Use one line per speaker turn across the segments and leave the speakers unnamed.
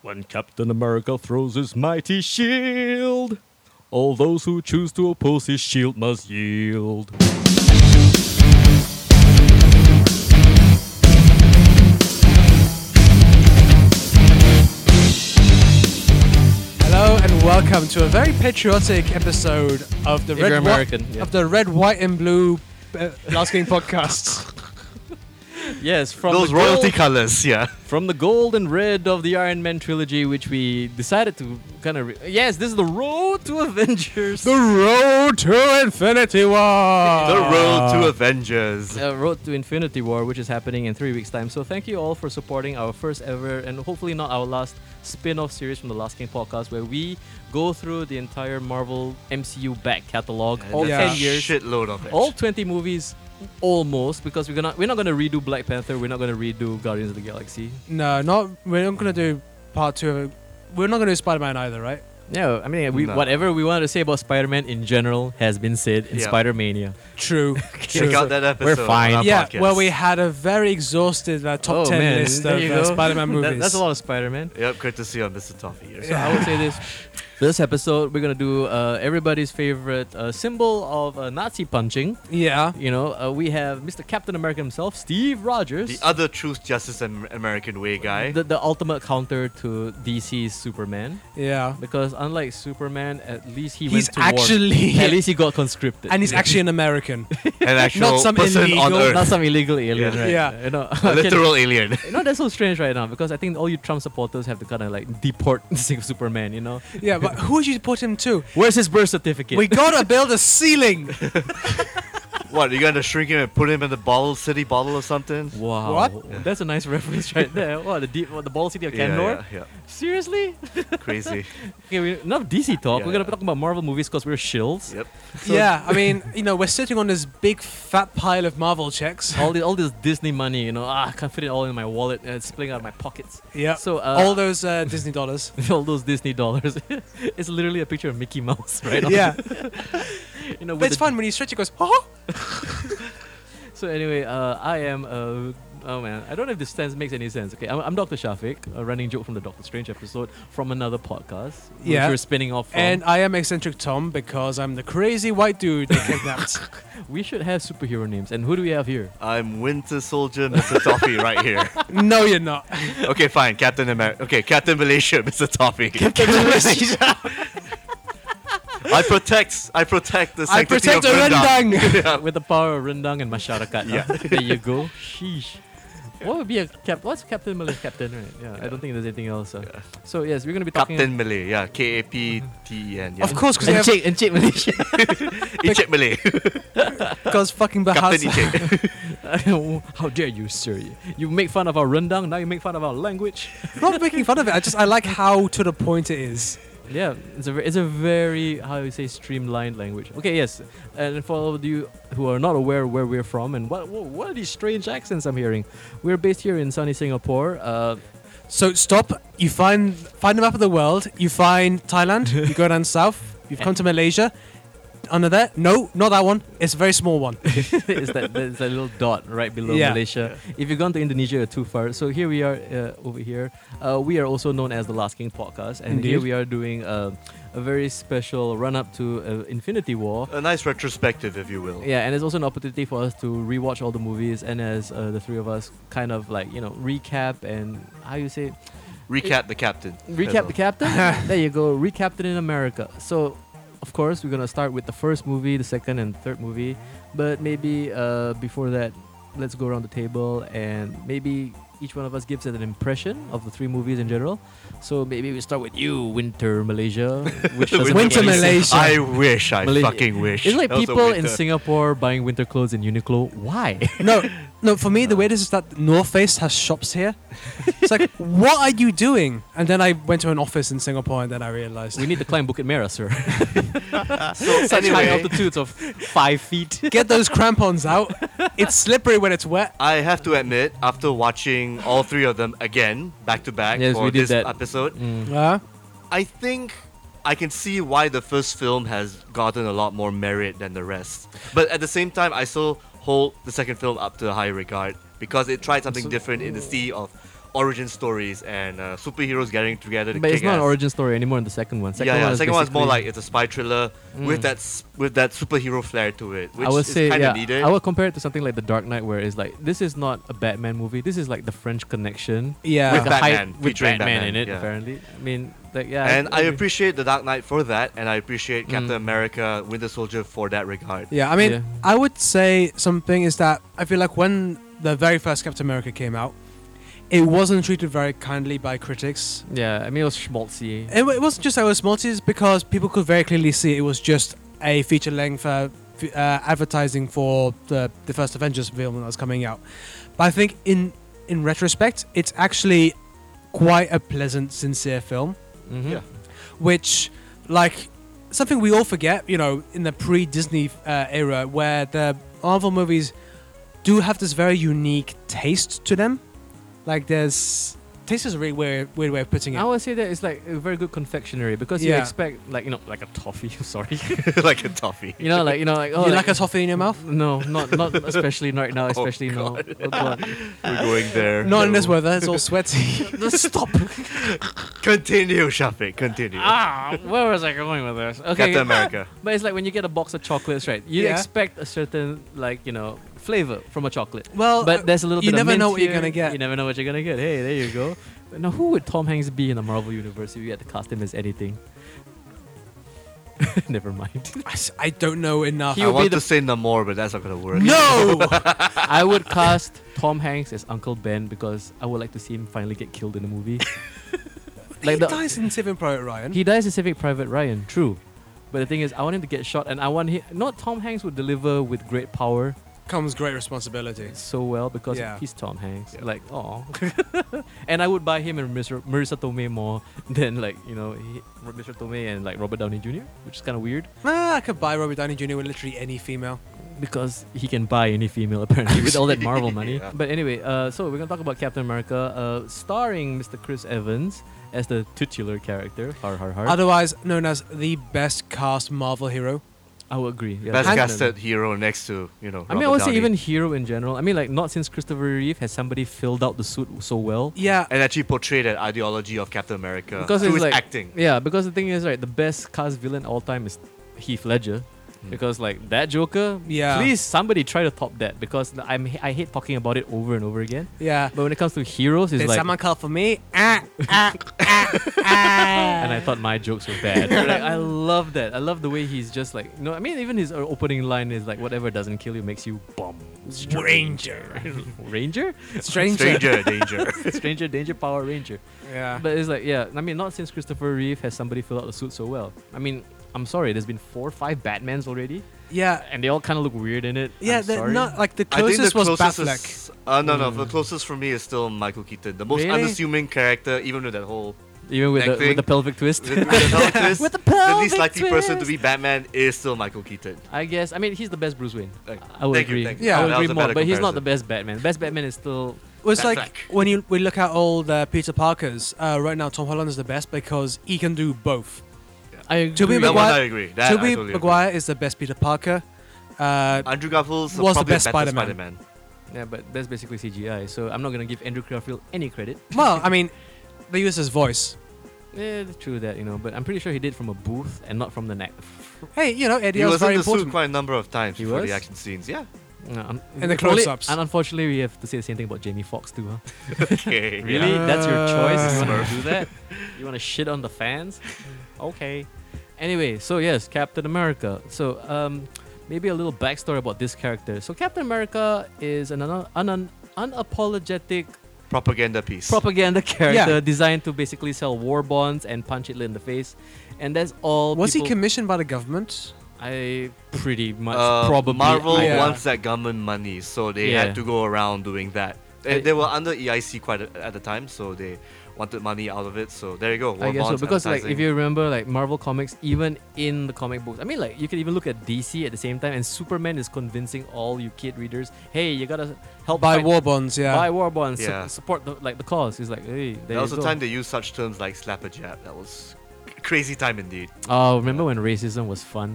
When Captain America throws his mighty shield, all those who choose to oppose his shield must yield.
Hello and welcome to a very patriotic episode of the
If
Red
you're
Whi-
American, yeah.
of the Red White and Blue uh, Last Game podcast.
Yes, from
Those
the
royalty
gold,
colors, yeah.
from the gold and red of the Iron Man trilogy, which we decided to kind of. Re- yes, this is the road to Avengers.
road to Infinity War.
the road to Avengers.
uh, road to Infinity War, which is happening in three weeks' time. So thank you all for supporting our first ever and hopefully not our last spin-off series from the Last King podcast, where we go through the entire Marvel MCU back catalog, all
Yeah.
ten years,
Shitload of it.
all twenty movies. Almost because we're gonna we're not gonna redo Black Panther, we're not gonna redo Guardians of the Galaxy.
No, not we're not gonna do part two. Of, we're not gonna do Spider Man either, right?
Yeah, I mean, we,
No.
whatever we wanted to say about Spider-Man in general has been said in
Yeah.
Spider-Mania.
True.
Check
true.
out that episode.
We're fine.
on our
yeah,
podcast.
well, we had a very exhaustive uh, top
Oh,
ten
man,
list
there
of
you
uh,
go.
Spider Man
That-
movies.
that's a lot of Spider-Man.
Yep, good to see you on Mr. Toffee.
So I would say this. For this episode, we're gonna do uh, everybody's favorite uh, symbol of uh, Nazi punching.
Yeah.
You know, uh, we have Mr. Captain America himself, Steve Rogers,
The other Truth, Justice, and American Way guy.
the, the ultimate counter to DC's Superman.
Yeah.
Because unlike Superman, at least he
he's
went to
actually
war. At least he got conscripted.
and he's actually an American.
an actual
Not some
person on
illegal-
Earth.
not some illegal alien,
Yeah.
right?
Yeah.
You know,
a
okay,
literal alien.
You know that's so strange right now because I think all you Trump supporters have to kind of like deport Superman. You know,
yeah, but who would you put him to?
where's his birth certificate?
We gotta build a ceiling.
what, you going to shrink him and put him in the bottle, city bottle or something?
Wow.
What?
That's a nice reference right there. What the deep, what, the ball city of
Yeah,
Kandor?
yeah,
Seriously?
yeah. Crazy.
Okay, we, enough DC talk.
Yeah,
we're gonna
yeah.
talk about Marvel movies because we're shills.
Yep.
So-
yeah, I mean, you know, we're sitting on this big fat pile of Marvel checks.
All this, all this Disney money, you know, ah, I can't fit it all in my wallet and it's spilling out of my pockets.
Yeah.
So uh,
all those uh, Disney dollars.
all those Disney dollars, it's literally a picture of Mickey Mouse, right? on-
yeah,
you know,
but
with
it's
the-
fun when you stretch. It goes, oh,
So anyway, uh, I am. Uh, oh man, I don't know if this sense makes any sense. Okay, I'm, I'm Doctor Shafiq, a running joke from the Doctor Strange episode from another podcast,
Yeah.
which we're spinning off. From.
and I am eccentric Tom because I'm the crazy white dude they kidnapped.
we should have superhero names. And who do we have here?
I'm Winter Soldier, Mr. Toffee, right here.
no, you're not.
Okay, fine. Captain America. Okay, Captain Malaysia, Mr. Toffee. Captain Malaysia. I protect. I protect the
I
sanctity
protect a
of Rendang.
rendang.
With the power of Rendang and Masyarakat.
Yeah.
huh? there you go. Sheesh. What would be a cap? What's Captain Malay Captain, right? Yeah, I don't think there's anything else. uh. So yes, we're gonna be talking.
Captain Malay. Yeah, K A P T E N. Yeah.
of course, because they have
Encik, Encik Malaysia.
Icek Malay.
because fucking
Captain
Bahasa.
Icek.
How dare you, sir? You make fun of our rendang, now you make fun of our language.
not making fun of it. I just I like how to the point it is.
Yeah, it's a ve- it's a very how you say streamlined language. Okay, yes, and for all of you who are not aware where we're from and what what, what are these strange accents I'm hearing, we're based here in sunny Singapore. Uh,
So stop. You find find a map of the world. You find Thailand. You go down south. You've come to Malaysia. Under there? No, not that one. It's a very small one.
is that there's a little dot right below
Yeah.
Malaysia? If you've gone to Indonesia, you're too far. So here we are uh, over here. Uh, we are also known as the Last King Podcast, and here
Indeed.
we are doing uh, a very special run up to uh, Infinity War.
A nice retrospective, if you will.
Yeah, and it's also an opportunity for us to rewatch all the movies and as uh, the three of us kind of like, you know, recap and how you say it?
Recap the captain.
recap the captain. there you go, recaptain in America. So, of course, we're going to start with the first movie, the second and third movie, but maybe uh, before that, let's go around the table and maybe each one of us gives an impression of the three movies in general. So maybe we start with you, Winter Malaysia, which doesn't make
Winter
any sense.
Malaysia.
I wish. I
Malaysia.
fucking wish.
It's like
That was a
people in
winter.
Singapore buying winter clothes in Uniqlo. Why?
No, no. For me, the way this is that North Face has shops here. It's like, what are you doing? And then I went to an office in Singapore, and then I realized,
We need to climb Bukit Merah, sir.
So
Such high
anyway,
altitudes of five feet.
get those crampons out. It's slippery when it's wet.
I have to admit, after watching all three of them again, back to back
Yes,
for
we did
this
that.
episode,
Yeah.
I think I can see why the first film has gotten a lot more merit than the rest. But at the same time, I still hold the second film up to a high regard because it tried something different in the sea of origin stories and uh, superheroes getting together to
But
kick
it's not an
ass.
origin story anymore in the second one. Second
yeah, yeah.
one is
second one's more
basically-
like it's a spy thriller with
Mm.
that s- with that superhero flair to it, which
I would
is eh?
say,
kind
yeah,
of needed.
I would compare it to something like The Dark Knight, where it's like this is not a Batman movie. This is like the French Connection
Yeah.
with the hype-
Batman,
with
featuring
Batman,
Batman,
in it.
yeah.
Apparently, I mean, like yeah.
and I
agree.
appreciate the Dark Knight for that, and I appreciate Captain
Mm.
America, Winter Soldier for that regard.
Yeah, I mean,
Yeah.
I would say something is that I feel like when the very first Captain America came out, it wasn't treated very kindly by critics.
Yeah, I mean it was schmaltzy.
It, wa- it wasn't just that it was Maltese because people could very clearly see it was just a feature length uh, f- uh, advertising for the, the first Avengers film that was coming out. But I think in in retrospect, it's actually quite a pleasant, sincere film
Mhm.
Yeah.
which like something we all forget you know in the pre-disney uh, era where the marvel movies do have this very unique taste to them like there's taste is a really weird, weird way of putting
I
it
would say that it's like a very good confectionery because you
Yeah.
expect like you know like a toffee. Sorry,
like a toffee.
you know like you know like oh
you like a toffee in your mouth
No, not not especially right now. Especially now. Oh, God.
We're going there.
not in this weather it's all sweaty
Stop.
Continue, Shafiq. Continue.
ah, where was I going with this? Okay,
Captain America.
but it's like when you get a box of chocolates, right? You
Yeah.
expect a certain like you know flavor from a chocolate.
well
But there's a little
you
bit of
never
mint
know what you're
here,
gonna get.
You never know what you're gonna get. Hey, there you go. But now, who would Tom Hanks be in the Marvel universe if you had to cast him as anything? never mind.
I, s- I don't know enough
I
He would be
want
the-
to say no more, but that's not gonna work.
no
I would cast Tom Hanks as Uncle Ben because I would like to see him finally get killed in the movie.
like
Like
he
the-
dies in saving private ryan
He dies in Civic Private Ryan, true. But the thing is, I want him to get shot, and I want him. Not Tom Hanks would deliver with great power
comes great responsibility
so well because
Yeah.
he's Tom Hanks.
Yeah.
Like, oh, and I would buy him and Marissa, Marissa Tomei more than like you know he, Marissa Tomei and like Robert Downey Jr., which is kind of weird
Ah, i could buy robert downey jr with literally any female
because he can buy any female apparently with all that Marvel money.
Yeah.
But anyway, uh, so we're gonna talk about Captain America, uh, starring Mr. Chris Evans as the titular character. Har har har.
otherwise known as the best cast marvel hero
I would agree. Yeah,
Best
definitely.
casted hero next to you know.
I mean, I
Robert
would say
Downey.
even hero in general. I mean, like not since Christopher Reeve has somebody filled out the suit so well.
yeah
and actually portray that ideology of Captain America
Because
through
it's
his
like-
acting.
Yeah, because the thing is, right, the best cast villain all time is Heath Ledger,
Hmm.
because like that Joker.
Yeah.
Please, somebody try to top that because I'm I hate talking about it over and over again.
Yeah.
But when it comes to heroes, it's
Did
like,
someone call for me? Ah, ah, ah, ah.
and I thought my jokes were bad. like, I love that. I love the way he's just like, no, I mean, even his uh, opening line is like, whatever doesn't kill you makes you bum.
Stranger.
Ranger,
Stranger.
Stranger danger.
stranger, danger, Power Ranger.
Yeah.
But it's like, yeah, I mean, not since Christopher Reeve has somebody filled out the suit so well. I mean, I'm sorry, there's been four or five Batmans already,
yeah.
and they all kind of look weird in it.
Yeah,
I'm
they're
sorry.
not like the
I think the
closest,
closest
was Batfleck.
is, uh, no, no. The
Mm.
closest for me is still Michael Keaton, the most
Really?
unassuming character, even with that whole
Even with the,
acting.
with the pelvic twist.
with, with the whole twist,
With the
the
pelvic
least likely person to
twist.
be Batman is still Michael Keaton.
I guess. I mean, he's the best Bruce Wayne.
Like,
I would
thank you,
agree.
thank you.
Yeah.
I
That
would
was
agree
a
more,
better
but he's not the
comparison.
best Batman. Best Batman is still.
It was like
Batfleck.
when you we look at all the Peter Parkers. Uh, right now, Tom Holland is the best because he can do both.
I agree.
Tobey
That one
Maguire-
I agree. That I
Tobey
totally agree.
Maguire is the best Peter Parker. Uh,
Andrew
was
Garfield's
the
probably
best
better
Spider-Man.
Spider-Man.
Yeah, but that's basically CGI. So I'm not gonna give Andrew Garfield any credit.
well, I mean, they use his voice.
Yeah, true that you know. But I'm pretty sure he did from a booth and not from the neck.
Hey, you know, Eddie
He
was
was in
very
the
important.
suit quite a number of times
He
for
was?
the action scenes. Yeah.
No, I'm-
And the
Only-
close-ups.
And unfortunately, we have to say the same thing about Jamie Foxx too, huh?
Okay.
Really?
Yeah.
That's your choice? You want
Smurf.
to do that? You want to shit on the fans? Okay. Anyway, so yes, Captain America. So, um, maybe a little backstory about this character. So, Captain America is an un- un- un- unapologetic
Propaganda piece.
propaganda character designed to basically sell war bonds and punch Hitler in the face. And that's all.
was he
people-
commissioned by the government?
I pretty much
Uh,
probably.
Marvel
Yeah.
wants that government money, so they
Yeah.
had to go around doing that.
I-
They, they were under EIC quite a, at the time, so they wanted money out of it. So there you go.
I
war
guess so
bonds,
because like if
advertising.
you remember like Marvel comics, even in the comic books, I mean like you can even look at DC at the same time, and Superman is convincing all you kid readers, hey, you gotta help
Oh, By
fight-
war bonds, yeah.
buy war bonds, su-
Yeah.
support the, like the cause. He's like, hey, there
that was
you
the
go.
time they used such terms like slap a jab. That was c- crazy time indeed.
oh, remember when racism was fun?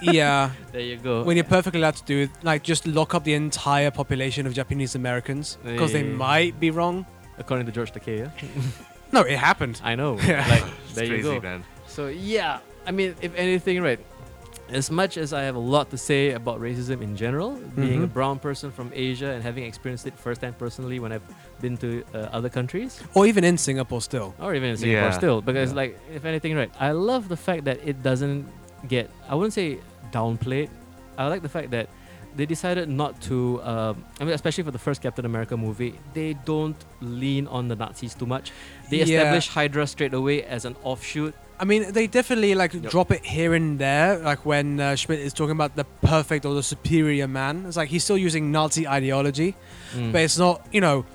yeah.
There you go.
when you're perfectly allowed to do it, like just lock up the entire population of Japanese Americans because they
Yeah.
might be wrong.
according to George Takei. yeah?
No, it happened.
I know.
Yeah.
Like
It's
there
crazy,
you go.
man.
So yeah, I mean, if anything, right? As much as I have a lot to say about racism in general, being a
Mhm.
brown person from Asia and having experienced it firsthand personally when I've been to uh, other countries,
Or even in Singapore still.
or even in Singapore
Yeah.
still, because
Yeah.
like, if anything, right? I love the fact that it doesn't get. I wouldn't say downplayed. I like the fact that they decided not to. Um, I mean, especially for the first Captain America movie, they don't lean on the Nazis too much. They
Yeah.
establish Hydra straight away as an offshoot.
I mean, they definitely like drop it here and there, like when uh, Schmidt is talking about the perfect or the superior man. It's like he's still using Nazi ideology,
Mm.
but it's not, you know,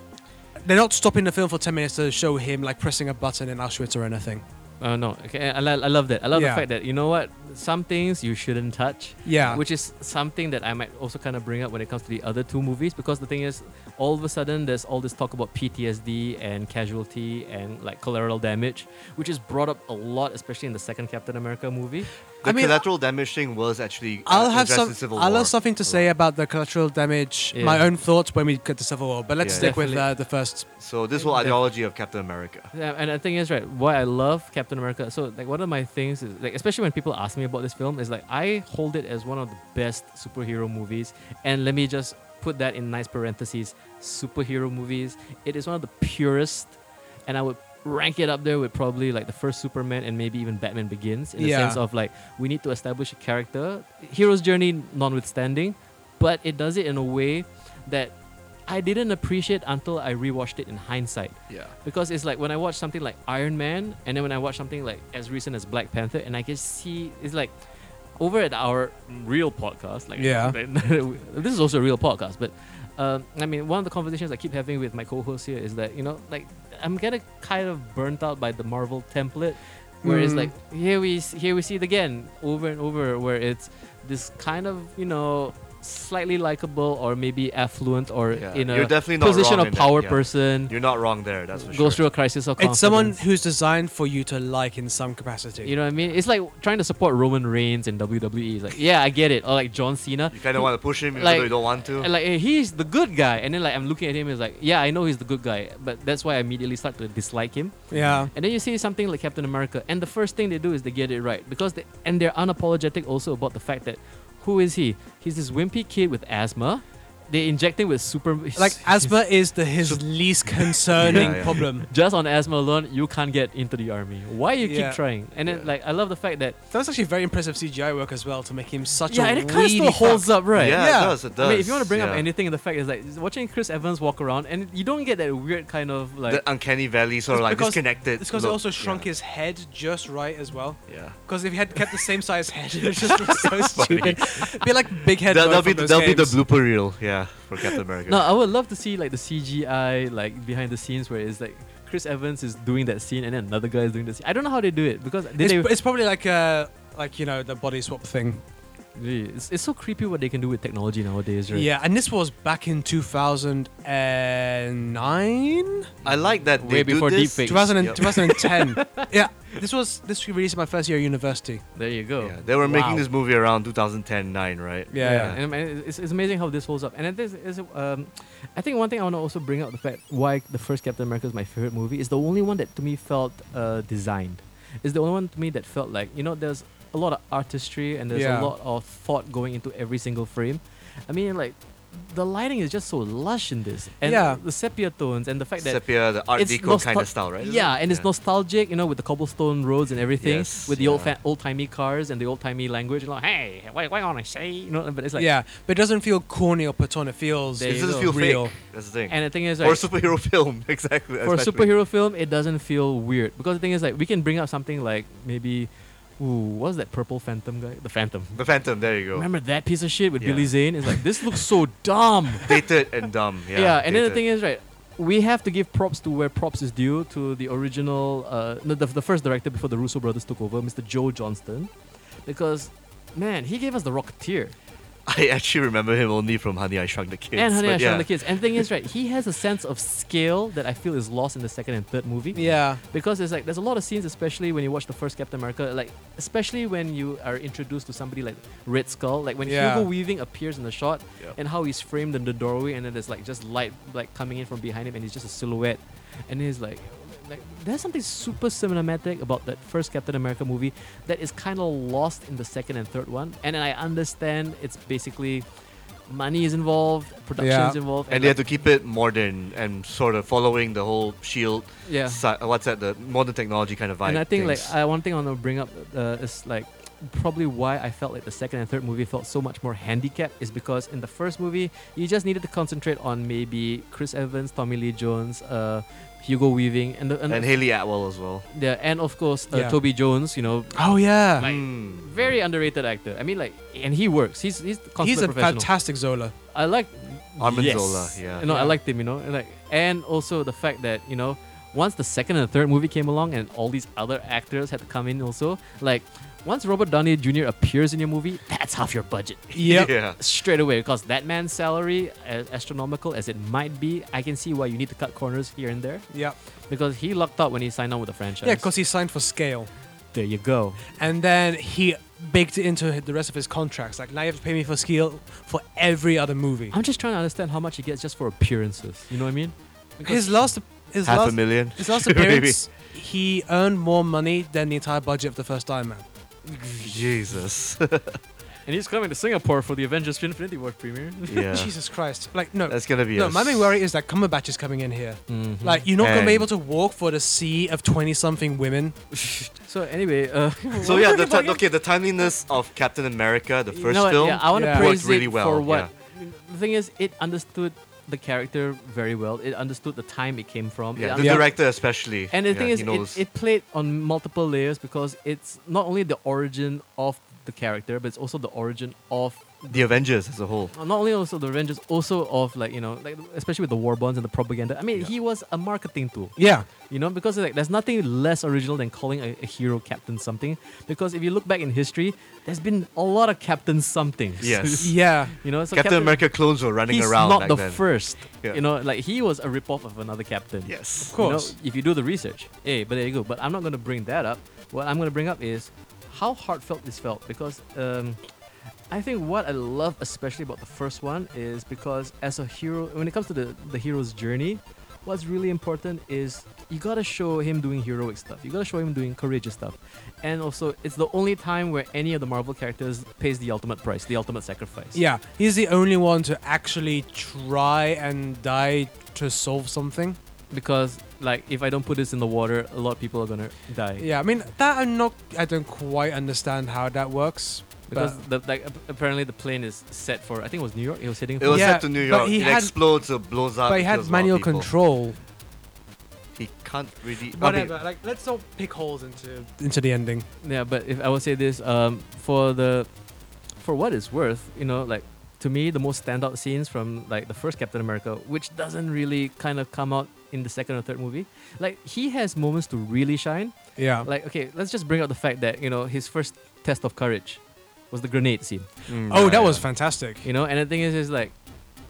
they're not stopping the film for 10 minutes to show him like pressing a button in Auschwitz or anything.
Oh no! Okay, I, I lo- I love that. I love
Yeah.
the fact that you know what, some things you shouldn't touch,
Yeah.
which is something that I might also kind of bring up when it comes to the other two movies. Because the thing is, all of a sudden there's all this talk about PTSD and casualty and like collateral damage, which is brought up a lot, especially in the second Captain America movie.
The
I mean,
collateral damage thing was actually.
I'll
uh,
have
addressed
some.
in Civil
I'll
War.
have something to say about the cultural damage.
Yeah.
My own thoughts when we get to Civil War, but let's
Yeah.
stick with
Definitely.
uh, the first.
So this whole ideology of Captain America.
Yeah, and the thing is, right, why I love Captain America. So, like, one of my things is, like, especially when people ask me about this film, is like, I hold it as one of the best superhero movies. And let me just put that in nice parentheses superhero movies. It is one of the purest, and I would rank it up there with probably like the first Superman and maybe even Batman Begins in the
Yeah.
sense of like, we need to establish a character, hero's journey notwithstanding, but it does it in a way that I didn't appreciate until I rewatched it in hindsight
Yeah.
because it's like when I watch something like Iron Man, and then when I watch something like as recent as Black Panther, and I can see it's like over at our real podcast, like
Yeah.
this is also a real podcast, but um, I mean, one of the conversations I keep having with my co-host here is that you know, like I'm getting kind of burnt out by the Marvel template, where it's
Mm.
like here we s- here we see it again over and over, where it's this kind of you know slightly likable or maybe affluent or
Yeah.
in
You're
a
definitely not
position
wrong
of
in that,
power
yeah.
person
You're not wrong there. That's for
goes
sure.
through a crisis of confidence.
It's someone who's designed for you to like in some capacity.
you know what I mean? It's like trying to support Roman Reigns in WWE. It's like, yeah, I get it. Or like John Cena.
You kind of want to push him, even
Like-
though you don't want to.
And like eh, he's the good guy, and then like I'm looking at him, it's like yeah, I know he's the good guy, but that's why I immediately start to dislike him.
yeah.
And then you see something like Captain America, and the first thing they do is they get it right because they and they're unapologetic also about the fact that who is he? He's this wimpy kid with asthma. They inject him with super
Like asthma is the his least concerning
yeah.
problem.
just on asthma alone, you can't get into the army. Why you
Yeah.
keep trying? And then
Yeah.
like I love the fact that
That was actually very impressive CGI work as well to make him such
yeah,
a
and it kind of still
weedy
holds
fuck.
up, right?
Yeah,
Yeah.
it does. It does.
I mean, if you want to bring up
yeah.
anything, the fact is like watching Chris Evans walk around, and you don't get that weird kind of like
the uncanny valley, sort
It's
of like
because-
disconnected.
It's because they
look.
also shrunk
yeah.
his head just right as well.
Yeah.
Because if he had kept the same size head, it would just look so stupid. Be like big head.
That, will
mode
be
from
the,
those
that'll be the
games.
blooper reel. Yeah, for Captain America.
No, I would love to see like the CGI like behind the scenes where it's like Chris Evans is doing that scene, and then another guy is doing the scene. I don't know how they do it because they,
It's,
they,
it's probably like uh like you know the body swap thing.
really, it's, it's so creepy what they can do with technology nowadays, right?
Yeah, and this was back in 2009,
I like that
Way
they do
before
this.
deepfakes.
2000
Yep.
2010. yeah, this was this released in my first year of university.
There you go.
Yeah, they were making
Wow.
this movie around 2010 9, right?
Yeah, yeah.
And, I mean, it's, it's amazing how this holds up. And it is, is, um, I think one thing I want to also bring up the fact why the first Captain America is my favorite movie is the only one that to me felt uh, designed. It's the only one to me that felt like you know there's a lot of artistry and there's
Yeah.
a lot of thought going into every single frame. I mean, like the lighting is just so lush in this, and
Yeah.
the sepia tones and the fact that.
Sepia, the Art
it's
Deco kind
nostal-
of style, right?
Yeah, and it's nostalgic, you know, with the cobblestone roads and everything,
Yes,
with the old
yeah.
fa- old timey cars and the old timey language. You know, hey, why, why don't I say? You know, but it's like
yeah, but it doesn't feel corny or put on. It feels
There
It
you
doesn't
go.
feel
real.
fake. That's the thing.
And the thing is,
or
like,
superhero film, exactly.
for a
especially.
superhero film, it doesn't feel weird because the thing is, like, we can bring up something like maybe, ooh, what's that purple Phantom guy? The Phantom.
The Phantom, there you go.
Remember that piece of shit with
Yeah.
Billy Zane? It's like this looks so dumb.
Dated and dumb. Yeah,
Yeah, and then the
dated.
thing is, right. We have to give props to where props is due to the original, uh, no, the, the first director before the Russo brothers took over, Mr. Joe Johnston, because man, he gave us the Rocketeer
I actually remember him only from Honey, I Shrunk the Kids.
and Honey I
but
Shrunk
yeah.
the Kids. And the thing is, right, he has a sense of scale that I feel is lost in the second and third movie.
Yeah,
because it's like there's a lot of scenes, especially when you watch the first Captain America, like especially when you are introduced to somebody like Red Skull, like when
Yeah.
Hugo Weaving appears in the shot
Yep.
and how he's framed in the doorway, and then there's like just light like coming in from behind him, and he's just a silhouette. and he's like, like there's something super cinematic about that first Captain America movie that is kind of lost in the second and third one. And I understand it's basically money is involved, production is
Yeah.
involved,
And they had
like-
to keep it modern and sort of following the whole shield.
yeah.
si- what's that? The modern technology kind of vibe.
and I think
things.
like I, one thing I want to bring up uh, is like probably why I felt like the second and third movie felt so much more handicapped is because in the first movie you just needed to concentrate on maybe Chris Evans, Tommy Lee Jones, uh, Hugo Weaving, and the, and,
and Haley Atwell as well.
yeah, and of course uh,
Yeah.
Toby Jones. You know,
Oh yeah,
Like,
Hmm.
very underrated actor. I mean, like, and he works. He's he's consummate
he's a
professional.
fantastic Zola.
I like
Armin
yes.
Zola, yeah.
You know, I
Yeah.
liked him, you know. And like and also the fact that, you know, once the second and the third movie came along and all these other actors had to come in also, like once Robert Downey Jr. appears in your movie, that's half your budget.
Yep.
Yeah.
Straight away, because that man's salary, as astronomical as it might be, I can see why you need to cut corners here and there.
Yeah,
Because he lucked out when he signed on with the franchise.
yeah, because he signed for scale,
there you go.
and then he baked it into the rest of his contracts. Like now you have to pay me for scale for every other movie.
I'm just trying to understand how much he gets just for appearances. You know what I mean?
His last, his
Half a
last,
million.
his last
Maybe.
appearance, he earned more money than the entire budget of the first Iron Man.
Jesus.
And he's coming to Singapore for the Avengers Infinity War premiere.
yeah.
Jesus Christ! Like no,
That's gonna be.
no.
a
My main
s-
worry is that Cumberbatch is coming in here.
Mhm.
Like you're not gonna be
And-
able to walk for the sea of twenty-something women.
So anyway, uh,
So yeah, the ti- okay, the timeliness of Captain America, the
You
first
know what,
film.
Yeah, um, I want to
Yeah.
praise
worked really
it
well,
for what. The thing is, it understood the character very well. It understood the time it came from.
Yeah,
It
the
understood-
director especially.
And the
yeah,
thing
he
is,
knows.
it, it played on multiple layers because it's not only the origin of the character, but it's also the origin of
the Avengers as a whole.
uh, not only also the Avengers, also of like you know, like especially with the war bonds and the propaganda. I mean, he was a marketing tool.
Yeah,
You know, because like there's nothing less original than calling a, a hero Captain something. Because if you look back in history, there's been a lot of Captain somethings.
Yes.
yeah.
you know, so
Captain, America clones were running
He's
around
not
back
the
then.
first.
Yeah.
You know, like he was a ripoff of another Captain.
Yes.
Of
You know,
course.
if you do the research, hey, but there you go. But I'm not going to bring that up. What I'm going to bring up is how heartfelt this felt because um, I think what I love especially about the first one is because as a hero, when it comes to the, the hero's journey, what's really important is you gotta show him doing heroic stuff. You gotta show him doing courageous stuff, and also it's the only time where any of the Marvel characters pays the ultimate price, the ultimate sacrifice.
Yeah, he's the only one to actually try and die to solve something.
because like if I don't put this in the water, a lot of people are gonna die.
Yeah, I mean that I'm not. I don't quite understand how that works.
Because the, like ap- apparently the plane is set for I think it was New York. It was heading
It
for.
was
Yeah,
set to New
but
York.
he
it
had-
explodes, it blows up.
but he
it
had
Uh, kills a lot of
manual
people.
control.
He can't really. I mean,
Whatever. Like let's not pick holes into into the ending.
yeah, but if I would say this, um, for the, for what it's worth, you know, like to me the most standout scenes from like the first Captain America, which doesn't really kind of come out in the second or third movie. Like he has moments to really shine.
Yeah.
Like okay, let's just bring out the fact that you know his first test of courage was the grenade scene.
mm,
oh,
yeah,
that was
yeah.
fantastic.
You know, and the thing is, is like,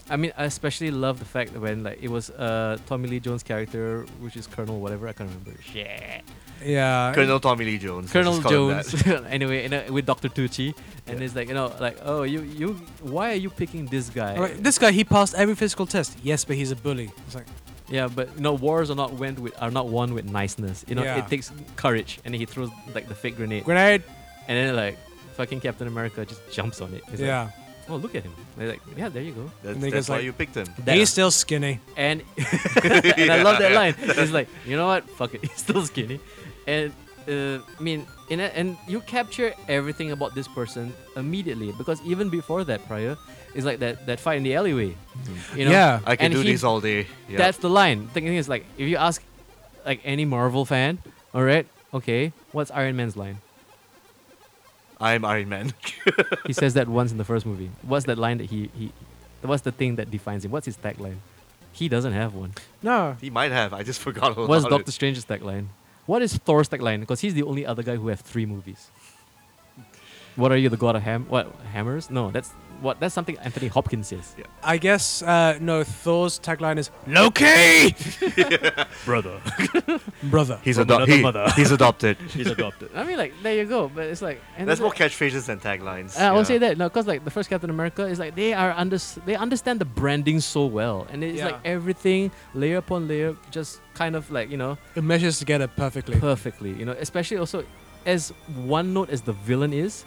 I mean, I especially love the fact that when like it was uh Tommy Lee Jones' character, which is Colonel whatever I can't remember. Shit.
Yeah.
Colonel Tommy Lee Jones. let's
Colonel
just call him that.
Jones. anyway, and, uh, with Doctor Tucci, and it's like you know, like oh you you why are you picking this guy?
Alright, this guy, he passed every physical test. Yes, but he's a bully. It's like,
Yeah, but you know, wars are not went with are not won with niceness. You know,
Yeah.
it takes courage, and then he throws like the fake grenade,
grenade.
and then like fucking Captain America just jumps on it. It's like,
yeah.
oh look at him. They're like yeah, there you go.
That's,
Niggas
that's why
like-
you picked him.
That-
He's still skinny.
and and I love that line. It's like, you know what? Fuck it. He's still skinny, and uh, I mean, in a, and you capture everything about this person immediately because even before that, prior, it's like that that fight in the alleyway. You know,
Yeah.
Mm-hmm. I can
and
do
he-
these all day. Yeah.
That's the line. The thing is, like, if you ask like any Marvel fan, all right, okay, what's Iron Man's line?
I'm Iron Man.
He says that once in the first movie. What's that line that he he? What's the thing that defines him? What's his tagline? He doesn't have one.
No.
he might have. I just forgot. all
What's
about
Doctor Strange's tagline? What is Thor's tagline? Because he's the only other guy who have three movies.
it.
What are you, the god of ham? What hammers? No, that's what. That's something Anthony Hopkins says.
I guess uh, no. Thor's tagline is "Loki,
Brother,
brother."
He's,
From
ado-
another
he-
mother.
he's adopted.
he's adopted.
I mean, like there you go. But it's like and
There's
it's
more
like-
catchphrases than taglines.
Uh, I
yeah.
won't say that. No, because like the first Captain America is like they are under they understand the branding so well, and it's like
Yeah.
everything layer upon layer, just kind of like you know
It measures together perfectly.
perfectly. You know, especially also as one note as the villain is,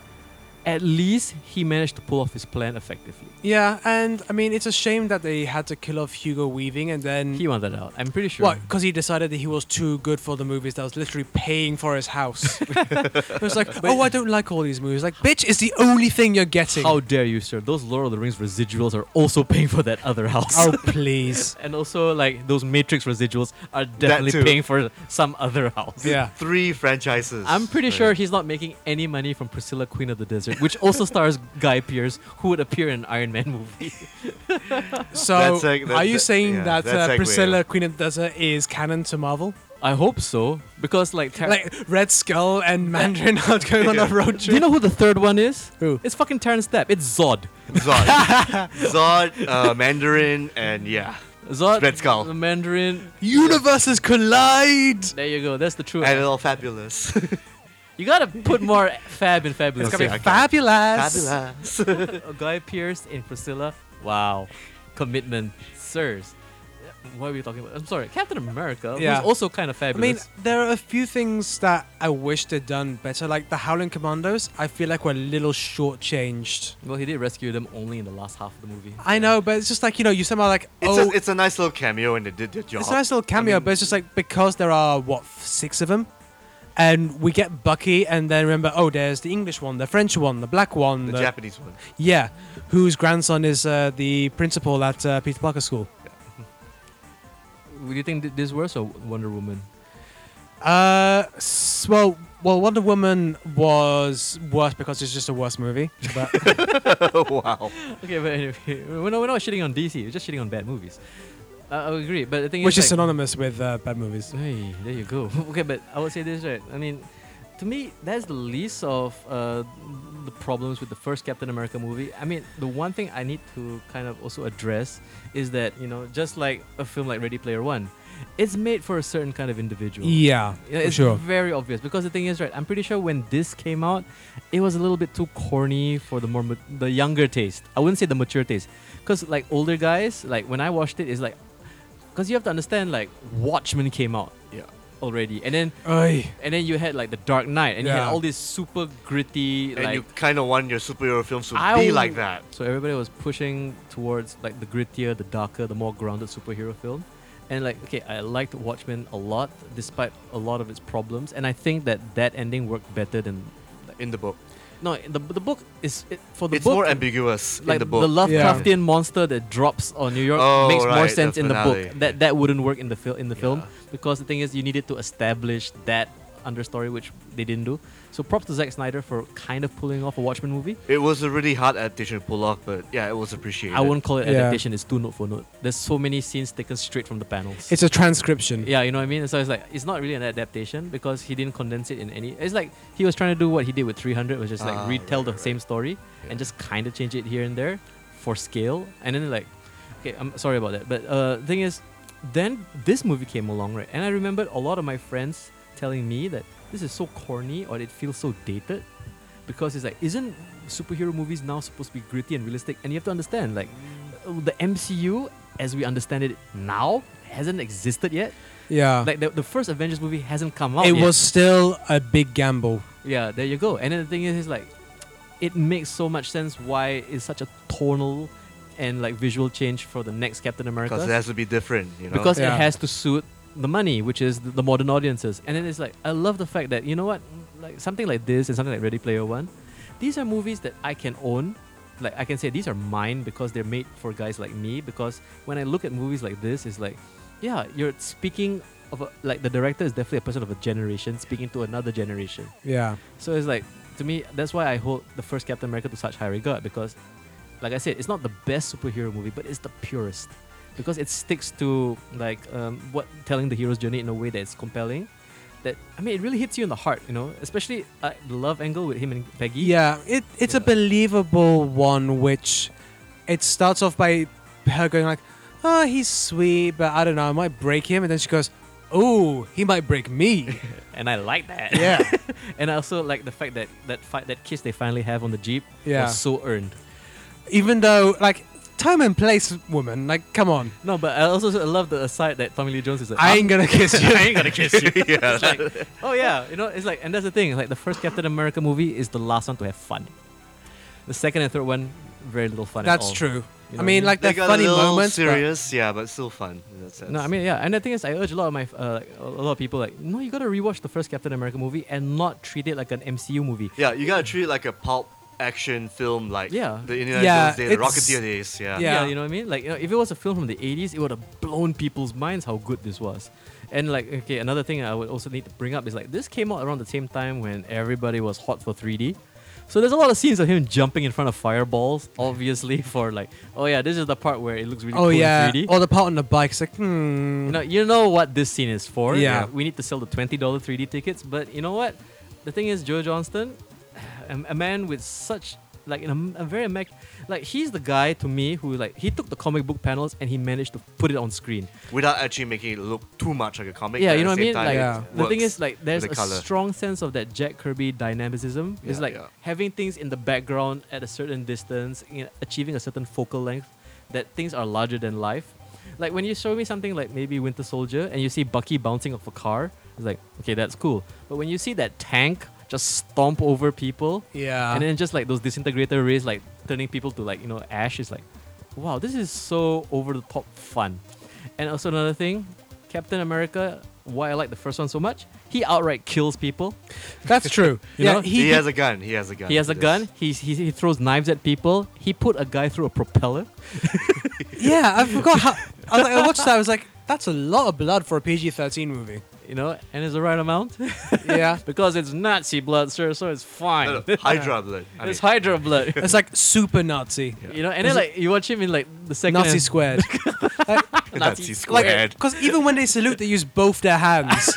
at least he managed to pull off his plan effectively.
yeah, and I mean, it's a shame that they had to kill off Hugo Weaving, and then
He wanted out. I'm pretty sure.
Well, because he decided that he was too good for the movies that was literally paying for his house. it was like, oh, I don't like all these movies. Like, bitch, it's the only thing you're getting.
How dare you, sir? Those Lord of the Rings residuals are also paying for that other house.
oh please.
And also, like those Matrix residuals are definitely
too.
paying for some other house.
yeah.
Three franchises.
I'm pretty
Right.
sure he's not making any money from Priscilla, Queen of the Desert, which also stars Guy Pearce, who would appear in an Iron Man movie.
So,
That's like- that-
are you
that-
saying
yeah,
that
that's
uh,
like
Priscilla,
weird.
Queen of the Desert, is canon to Marvel?
I hope so, because like, Tar-
Like, Red Skull and Mandarin are going on a road
do you
trip.
know who the third one is?
Who?
It's fucking Terrence Stapp. It's Zod.
Zod, Zod, uh, Mandarin, and yeah,
Zod.
Red Skull.
The Mandarin.
Universes collide!
There you go. That's the true.
and all fabulous.
You gotta put more fab and fabulous.
It's
Okay,
gonna
I
be
can-
fabulous.
fabulous.
Guy Pearce in Priscilla. Wow, commitment, sirs. What are we talking about? I'm sorry, Captain America,
Yeah.
who's also kind of
I mean,
fabulous.
there are a few things that I wish they'd done better. Like the Howling Commandos, I feel like we're a little shortchanged.
well, he did rescue them only in the last half of the movie.
I know, but it's just like, you know, you somehow like,
It's,
oh,
a, it's a nice little cameo, and they did their job.
it's a nice little cameo,
mean-
but it's just like because there are, what, f- six of them? And we get Bucky, and then remember, oh, there's the English one, the French one, the black one,
the
the-
Japanese one.
yeah, whose grandson is uh, the principal at uh, Peter Parker School.
Do you think th- this worse or Wonder Woman?
Uh, s- well, well, Wonder Woman was worse because it's just a worse movie. But
Oh, wow.
Okay, but anyway, we're not, we're not shitting on DC. We're just shitting on bad movies. I I agree, but the thing
which is
is, like,
synonymous with uh, bad movies.
Hey, there you go. okay, but I would say this right. I mean, to me, that's the least of uh, the problems with the first Captain America movie. I mean, the one thing I need to kind of also address is that you know, just like a film like Ready Player One, it's made for a certain kind of individual.
Yeah,
You know,
for
it's
sure.
very obvious because the thing is, right? I'm pretty sure when this came out, it was a little bit too corny for the more ma- the younger taste. I wouldn't say the mature taste, because like older guys, like when I watched it, it's like, because you have to understand, like Watchmen came out
Yeah.
already, and then
Oy.
and then you had like the Dark Knight, and you
Yeah.
had all this super gritty,
And
like
you kind of want your superhero films to
I
be
w-
like that.
so everybody was pushing towards like the grittier, the darker, the more grounded superhero film. And like, okay, I liked Watchmen a lot, despite a lot of its problems. And I think that that ending worked better than
in the book.
no. The, the book is it, for the
it's
book.
more ambiguous
like
in the book.
Lovecraftian monster that drops on New York
Oh,
makes more
right, the
sense in the book.
finale.
That that wouldn't work in the fil- in the film
Yeah.
because the thing is you needed to establish that understory which they didn't do. So props to Zack Snyder for kind of pulling off a Watchmen movie.
It was a really hard adaptation to pull off, but yeah, it was appreciated.
I wouldn't call it
Yeah.
adaptation. It's too note for note. There's so many scenes taken straight from the panels.
It's a transcription.
yeah, you know what I mean. So it's like it's not really an adaptation because he didn't condense it in any. It's like he was trying to do what he did with 300, which is like
Ah,
retell
right,
the
right,
same story
Yeah.
and just kind of change it here and there for scale. And then like, okay, I'm sorry about that, but uh, thing is, then this movie came along, right? And I remembered a lot of my friends telling me that this is so corny or it feels so dated because it's like, isn't superhero movies now supposed to be gritty and realistic? And you have to understand, like, the MCU as we understand it now hasn't existed yet.
Yeah.
Like the, the first Avengers movie hasn't come out.
it
yet.
was still a big gamble.
Yeah, there you go. And then the thing is, is like, it makes so much sense why it's such a tonal and like visual change for the next Captain America.
because it has to be different, you know.
because
Yeah.
it has to suit the money, which is the, the modern audiences. And then it's like, I love the fact that you know what, like something like this and something like Ready Player One, these are movies that I can own. Like I can say these are mine because they're made for guys like me. Because when I look at movies like this, it's like, yeah, you're speaking of a, like the director is definitely a person of a generation speaking to another generation.
Yeah.
So it's like to me, that's why I hold the first Captain America to such high regard because, like I said, it's not the best superhero movie, but it's the purest because it sticks to like um, what telling the hero's journey in a way that's compelling, that I mean, it really hits you in the heart, you know, especially uh, the love angle with him and Peggy.
Yeah, it it's a
Yeah.
believable one, which it starts off by her going like, "Oh, he's sweet, but I don't know, I might break him," and then she goes, "Oh, he might break me."
and I like that.
yeah,
and I also like the fact that that fight, that kiss they finally have on the jeep
yeah.
was so earned.
Even though like time and place, woman, like come on,
No, but I also love the aside that Tommy Lee Jones is like,
I ain't gonna kiss you.
I ain't gonna kiss you.
yeah.
It's like, oh yeah, you know, it's like, and that's the thing. Like the first Captain America movie is the last one to have fun. The second and third one, very little fun. at
That's
all.
true.
oh.
I
You know what
mean, like
They
the
got
funny
a little
moments. but-
serious, yeah, but still fun in that sense.
No, I mean yeah, and the thing is, I urge a lot of my uh, like, a lot of people like, no, you gotta rewatch the first Captain America movie and not treat it like an MCU movie.
yeah, you gotta treat it like a pulp action film, like
Yeah.
the Indiana
Yeah,
Jones Day, the
it's-
Rocketeer days. Yeah,
Yeah.
you know what I mean. Like, you know, if it was a film from the '80s, it would have blown people's minds how good this was. And like, okay, another thing I would also need to bring up is like, this came out around the same time when everybody was hot for 3D. So there's a lot of scenes of him jumping in front of fireballs, obviously for like, oh yeah, this is the part where it looks really
Oh
cool
yeah,
in 3D.
or the part on the bike. It's like, hmm.
You know, you know what this scene is for.
Yeah.
We need to sell the twenty dollar three D tickets, but you know what? The thing is, Joe Johnston, a, a man with such like in a, a very immac- like he's the guy to me who like he took the comic book panels and he managed to put it on screen.
without actually making it look too much like a comic.
yeah,
but
you
at
know what I
the same
mean.
time,
Like uh,
Yeah.
it
the thing
works
is, like there's
with
a
the color.
strong sense of that Jack Kirby dynamicism. it's
Yeah,
like
yeah.
having things in the background at a certain distance, you know, achieving a certain focal length, that things are larger than life. Like when you show me something like maybe Winter Soldier and you see Bucky bouncing off a car, it's like okay, that's cool. But when you see that tank just stomp over people,
Yeah.
Ah.
and then just like those disintegrator rays, like turning people to like you know ash is like, wow, this is so over the top fun. And also another thing, Captain America. Why I like the first one so much? He outright kills people.
That's true.
You
yeah,
know,
he,
he,
has a gun. He has a gun.
He has
for
a
this.
gun. He, he he throws knives at people. He put a guy through a propeller.
yeah, I forgot how. I, was like, I watched that. I was like, that's a lot of blood for a PG thirteen movie.
You know, and it's the right amount
Yeah,
because it's Nazi blood, sir. So it's fine.
No, no, Hydra blood. I
it's
mean,
Hydra blood.
it's like super Nazi,
You know, and then like you watch him in like the second
Nazi squared.
Nazi
like,
squared.
because even when they salute, they use both their hands.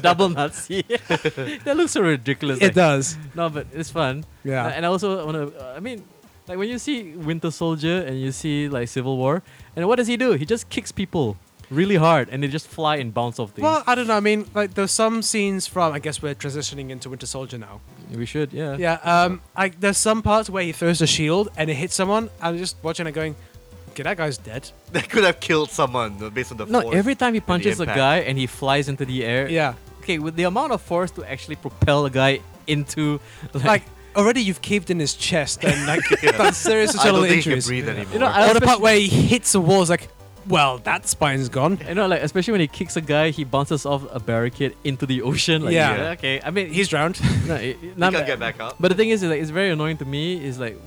double Nazi. that looks so ridiculous.
it
like,
does.
No, but it's fun. Uh,
Yeah,
and I also want to. Uh, I mean, like when you see Winter Soldier and you see like Civil War, and what does he do? He just kicks people really hard, and they just fly and bounce off things.
well, I don't know. I mean, like there's some scenes from. I guess we're transitioning into Winter Soldier now.
we should, yeah.
Yeah, um, I, there's some parts where he throws a shield and it hits someone. I'm just watching it going, okay, that guy's dead.
They could have killed someone uh, based on the
No,
force.
every time he punches a
impact.
guy and he flies into the air.
Yeah,
Okay, with the amount of force to actually propel a guy into like.
like already you've caved in his chest and like that's serious
I
internal
don't think he can
injuries.
breathe anymore.
you know, I
Or the part
especially-
where he hits a wall is like, well, that spine's gone.
you know, like especially when he kicks a guy, he bounces off a barricade into the ocean. Like,
Yeah.
Okay. I mean,
He's drowned.
no, it-
he
not-
can get back up.
But the thing is, is like, it's very annoying to me. Is like,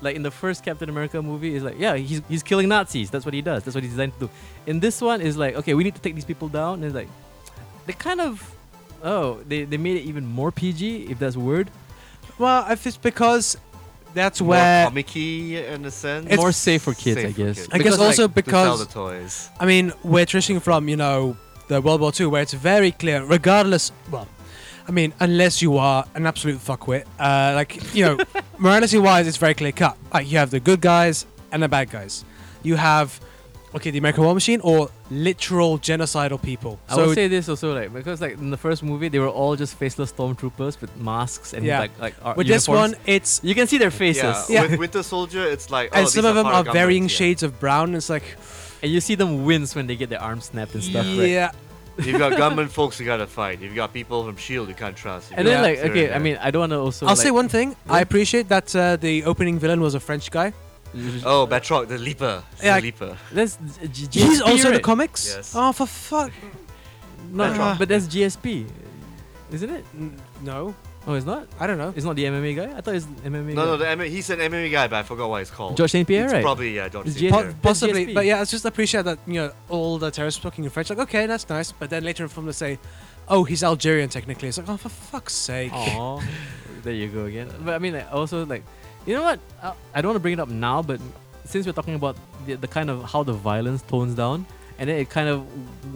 like in the first Captain America movie, is like, yeah, he's, he's killing Nazis. That's what he does. That's what he's designed to do. In this one, is like, okay, we need to take these people down. And it's like, they kind of, oh, they, they made it even more PG, if that's a word.
Well, if it's because that's
More
where
comic-y in a sense.
It's-
more safe for kids, I
safe for
guess.
kids.
I guess also
like,
to sell
because
the toys.
I mean we're transitioning from you know the World War II where it's very clear, regardless. Well, I mean unless you are an absolute fuckwit, uh, like you know, morality wise, it's very clear cut. Like you have the good guys and the bad guys. You have okay the American War Machine or literal genocidal people.
I would say this also, like because like in the first movie, they were all just faceless stormtroopers with masks and
Yeah.
like like ar-
with this
uniforms.
one, it's
you can see their faces,
Yeah,
Yeah.
With Winter Soldier, it's like oh,
and
these
some of them are
Farragut
varying
ones, yeah.
shades of brown. It's like
and you see them wince when they get their arms snapped and stuff. right?
yeah,
You've got government folks you gotta fight. You've got people from Shield E you can't trust. You've
And
got
then like
here
okay,
and
I
there.
mean, I don't want to also.
I'll
like,
say one thing. I appreciate that uh, the opening villain was a French guy.
oh, Batroc, the Leaper, It's
Yeah,
the Leaper.
That's G- G-
He's
GSP,
also in the
right?
comics.
Yes.
Oh, for fuck!
No,
Ah.
but that's GSP, isn't it?
N- No,
Oh, it's not.
I don't know.
It's not the MMA guy. I thought it's MMA.
No, no,
guy.
the M- he's an MMA guy, but I forgot what he's called.
George St. Pierre,
It's
right?
Probably yeah, George
It's
St.
GSP.
Pierre.
Possibly,
GSP.
but yeah, I just appreciate that you know all the terrorists talking in French. Like, okay, that's nice. But then later in the film they say, "Oh, he's Algerian technically." It's like, oh, for fuck's sake!
Aw, there you go again. But I mean, like, also like, you know what? I, I don't want to bring it up now, but since we're talking about the, the kind of how the violence tones down, and then it kind of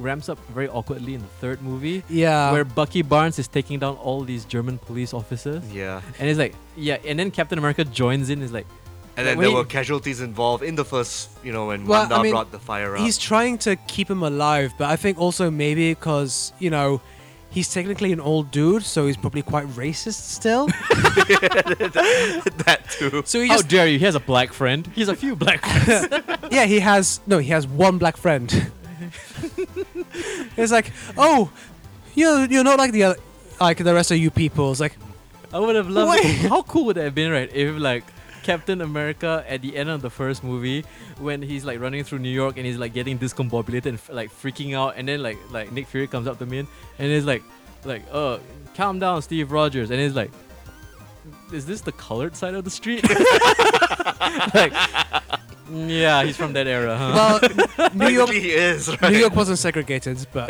ramps up very awkwardly in the third movie
Yeah.
where Bucky Barnes is taking down all these German police officers,
Yeah.
and it's like yeah, and then Captain America joins in. Is like
And
Like,
then there
wait.
were casualties involved in the first, you know, when
Well,
Wanda
I mean,
brought the fire out.
he's trying to keep him alive, but I think also maybe because you know he's technically an old dude, so he's probably quite racist still.
that too.
so he
how
just
dare you? He has a black friend. He has a few black friends.
yeah, he has no, he has one black friend. it's like oh, you're you're not like the other, like the rest of you people. It's like
I would have loved.
Wait.
It. How cool would it have been, right? If like Captain America at the end of the first movie, when he's like running through New York and he's like getting discombobulated and f- like freaking out, and then like like Nick Fury comes up to me and, and is like like uh calm down, Steve Rogers, and he's like. Is this the colored side of the street? like, yeah, he's from that era, huh?
well, New York.
Uh-huh. Technically he is, right?
New York wasn't segregated, but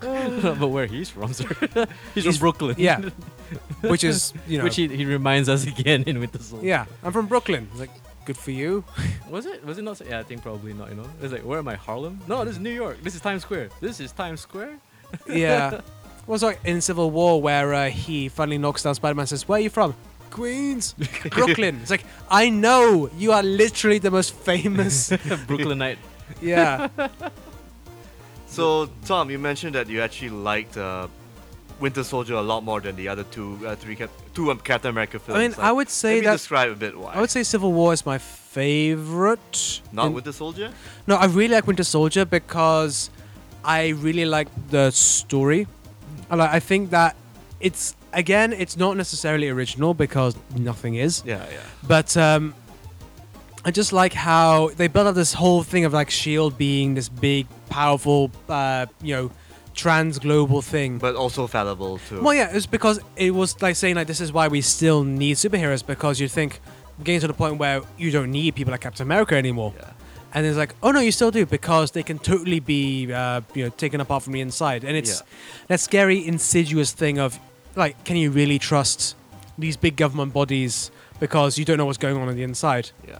but where he's from, sir.
He's-
he's, from Brooklyn.
yeah, which is you know,
Which he, he reminds us again in Winter Soldier.
yeah, I'm from Brooklyn. It's like good for you.
Was it? Was it not? Yeah, I think probably not. You know, it's like where am I? Harlem? No, this is New York. This is Times Square. This is Times Square.
Yeah. Was like in Civil War where uh, he finally knocks down Spider Man says, Where are you from? Queens, Brooklyn. It's like, I know you are literally the most famous.
Brooklynite.
yeah.
So, Tom, you mentioned that you actually liked uh, Winter Soldier a lot more than the other two, uh, three, Cap- two um, Captain America films.
I mean,
Like,
I would say
maybe
that.
describe a bit why.
I would say Civil War is my favorite.
Not
In-
Winter Soldier.
No, I really like Winter Soldier because I really like the story. And I I think that it's, again, it's not necessarily original because nothing is.
Yeah, yeah.
But um, I just like how they built up this whole thing of like Shield E being this big, powerful, uh, you know, trans global thing.
But also fallible too.
well, yeah, it's because it was like saying like this is why we still need superheroes because you think we're getting to the point where you don't need people like Captain America anymore.
Yeah.
And it's like, oh no, you still do because they can totally be, uh, you know, taken apart from the inside. And it's that scary, insidious thing of, like, can you really trust these big government bodies because you don't know what's going on on the inside?
Yeah.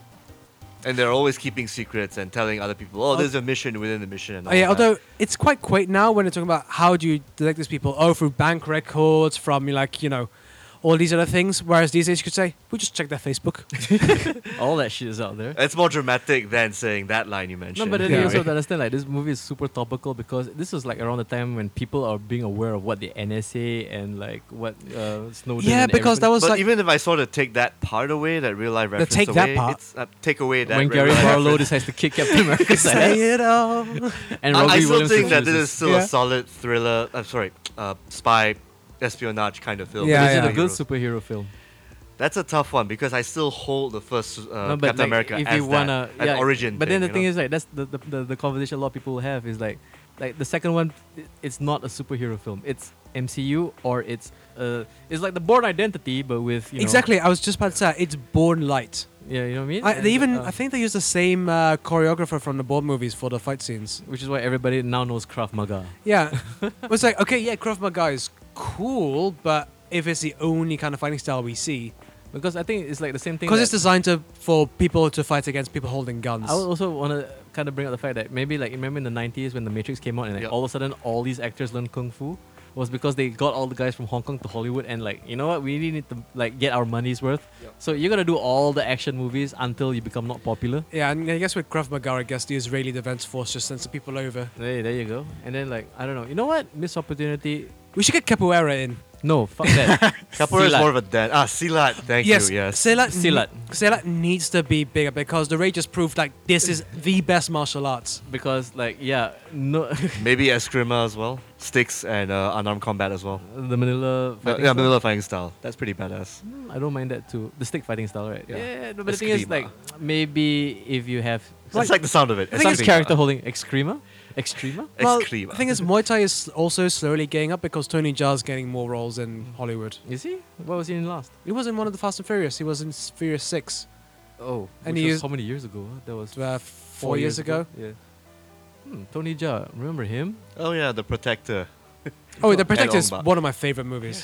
And they're always keeping secrets and telling other people, oh, there's a mission within the mission. And
Oh,
all
yeah,
that.
although it's quite quaint now when they're talking about how do you detect these people? Oh, through bank records, from like you know, all these other things. Whereas these days you could say, we just check their Facebook.
All that shit is out there.
it's more dramatic than saying that line you mentioned.
No, but then
Yeah.
you also have to understand like this movie is super topical because this was like around the time when people are being aware of what the NSA and like what uh, Snowden.
yeah,
and
because that
everybody-
was
But
like
even if I sort of take that part away, that real life reference
take that
away,
part.
it's, uh, take away that
when
real
Gary
life
Barlow
reference.
decides to kick Captain America's ass,
say it all.
and
I,
Robbie
I still
Williams
think that this
refuses.
is still
Yeah.
a solid thriller. I'm sorry, uh, spy espionage kind of film.
Yeah,
Is
yeah.
it a good superhero film?
That's a tough one because I still hold the first uh,
No,
Captain
like,
America
if
as
you wanna,
that,
yeah,
an origin.
But then the
you
thing
know?
is, like, that's the, the, the, the conversation a lot of people have is like, like the second one, i- it's not a superhero film. It's MCU or it's uh, it's like the Born Identity, but with you know,
exactly. I was just about to say it's born light.
Yeah, you know what I mean.
I, they
And,
even
uh,
I think they used the same uh, choreographer from the Bourne movies for the fight scenes.
which is why everybody now knows Krav Maga.
Yeah, it was like okay, yeah, Krav Maga is cool, but if it's the only kind of fighting style we see,
Because I think it's like the same thing.
because it's
that-
designed to for people to fight against people holding guns.
I would also want to kind of bring up the fact that maybe like remember in the '90s when the Matrix came out and like
Yeah.
all of a sudden all these actors learned kung fu was because they got all the guys from Hong Kong to Hollywood and like you know what we really need to like get our money's worth.
Yeah.
So you're gonna do all the action movies until you become not popular.
Yeah, and I guess with Krav Maga, I guess the Israeli Defense Force just sends the people over.
Hey, there you go. And then like I don't know. You know what? Miss opportunity.
We should get capoeira in.
No, fuck that.
Kapoor is
Silat.
more of a dad. Ah, Silat. Thank you. Yes.
Silat,
Silat.
Silat needs to be bigger because the Raid just proved like this is the best martial arts.
because like yeah, no,
Maybe Eskrima as well. Sticks and uh, unarmed combat as well.
the Manila.
Uh,
fighting
yeah,
style.
Manila fighting style. That's pretty badass.
Mm, I don't mind that too. The stick fighting style, right?
Yeah.
no, but the thing is,
Eskrima.
like, maybe if you have
It's like the sound of it.
I think
Eskrima.
it's character holding extrema, extrema.
Eskrima.
the thing is, Muay Thai is also slowly getting up because Tony Jaa's getting more roles in Hollywood.
Is he? What was he in last?
He was in one of the Fast and Furious. He was in S- Furious Six
Oh,
And
and
he
he was
used-
how many years ago? huh? That was
uh, four, years, ago.
Yeah. Hmm, Tony Jaa, remember him?
oh yeah, the protector.
Oh, The
And
Protector is
Ongba.
one of my favorite movies.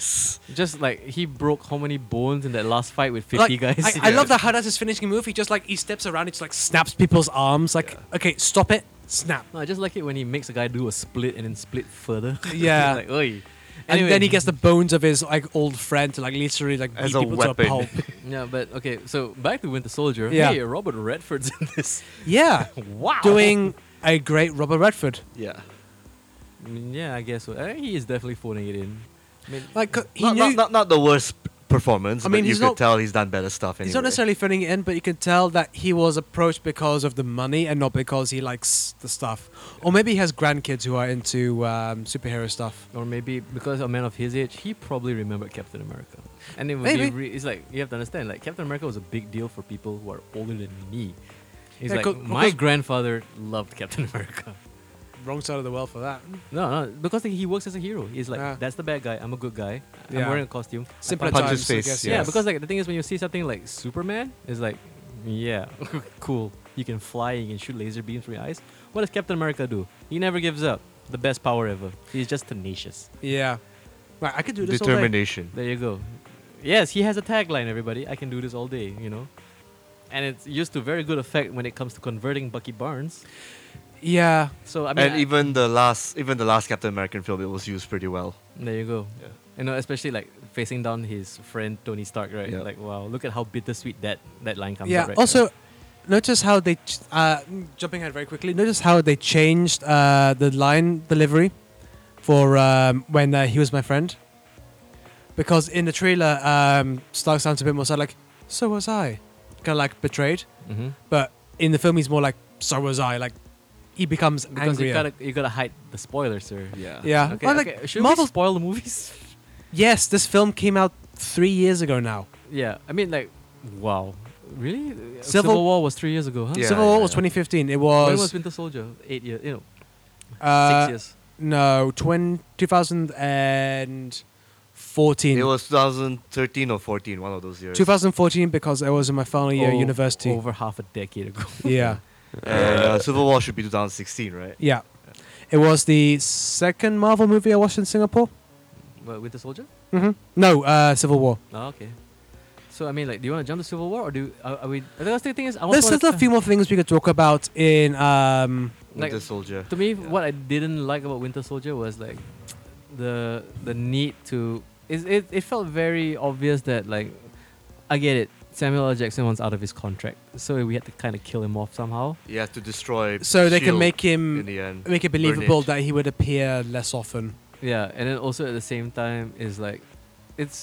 Just like he broke how many bones in that last fight with fifty
Like,
guys?
I, I love that how that's his finishing move. He just like he steps around, he just like snaps people's arms. Like, okay, stop it. snap.
No, I just like it when he makes a guy do a split and then split further.
Yeah.
like, oi.
and then
Anyway.
he gets the bones of his like old friend to like literally like
As
beat
a
people to
weapon.
a pulp.
Yeah, but okay, so back to Winter Soldier.
Yeah.
Hey, Robert Redford's in this.
Yeah,
Wow.
doing a great Robert Redford.
Yeah.
I mean, yeah, I guess so. I think he is definitely phoning it in. I mean,
Like c- he
Not,
knew
not, not, not the worst p- performance,
I
I
mean,
mean, but you
he's
could
not-
tell he's done better stuff anyway.
he's not necessarily filling it in, but you can tell that he was approached because of the money and not because he likes the stuff, or maybe he has grandkids who are into um, superhero stuff.
or maybe because a man of his age, he probably remembered Captain America. And then when
Maybe.
he re- it's like you have to understand, like Captain America was a big deal for people who are older than me. It's
Yeah,
like
'cause-
my
because-
grandfather loved Captain America.
Wrong side of the world for that.
No, no, because he works as a hero. He's like,
Ah.
that's the bad guy. I'm a good guy.
Yeah.
I'm wearing a costume. I
Simpler
punch
punch his
times, I
face,
guess,
yeah.
Yeah,
yes.
because like the thing is, when you see something like Superman, it's like, yeah, cool. You can fly. You can shoot laser beams from your eyes. What does Captain America do? He never gives up. The best power ever. He's just tenacious.
yeah, right, I could do this all day.
Determination.
There you go. Yes, he has a tagline. Everybody, I can do this all day. You know, and it's used to very good effect when it comes to converting Bucky Barnes.
Yeah,
So I mean,
and
I-
even the last, even the last Captain American film, it was used pretty well.
there you go.
Yeah.
You know, especially like facing down his friend Tony Stark, right?
Yeah.
Like, wow, look at how bittersweet that that line comes.
yeah.
out, right?
also, notice how they ch- uh, jumping ahead very quickly. Notice how they changed uh, the line delivery for um, when uh, he was my friend, because in the trailer, um, Stark sounds a bit more sad, like "so was I," kind of like betrayed.
Mhm.
But in the film, he's more like "so was I," like he becomes
because
angrier.
you gotta you gotta hide the spoiler, sir.
Yeah.
yeah,
Okay,
Well, like,
okay. Should
Marvel-
we spoil the movies?
yes, this film came out three years ago now.
yeah, I mean, like, wow, really? Civil,
Civil-
War was three years ago, huh?
Yeah,
Civil War
yeah,
was
yeah.
2015. It
When
was,
was Winter Soldier? Eight years, you know,
uh,
six years.
No, 20, 2014.
It was 2013 or 14, one of those years.
2014 because I was in my final year
Oh,
of university.
Over half a decade ago.
Yeah,
And uh, Civil War should be 2016, right?
yeah. It was the second Marvel movie I watched in Singapore.
What, Winter Soldier?
hmm No, uh, Civil War.
Oh, okay. So I mean, like, do you want to jump to Civil War or do are, are we? The last thing is, I
There's
also
still
wanna-
a few more things we could talk about in. Um,
Like-
Winter Soldier.
To me, what I didn't like about Winter Soldier was like the the need to. It, it, it felt very obvious that like I get it. Samuel L. Jackson wants out of his contract, so we had to kind of kill him off somehow.
You have to destroy.
so they can
S.H.I.E.L.D.
make
E in
him
the end.
make it believable
Burnage.
that he would appear less often.
Yeah, and then also at the same time is like, it's.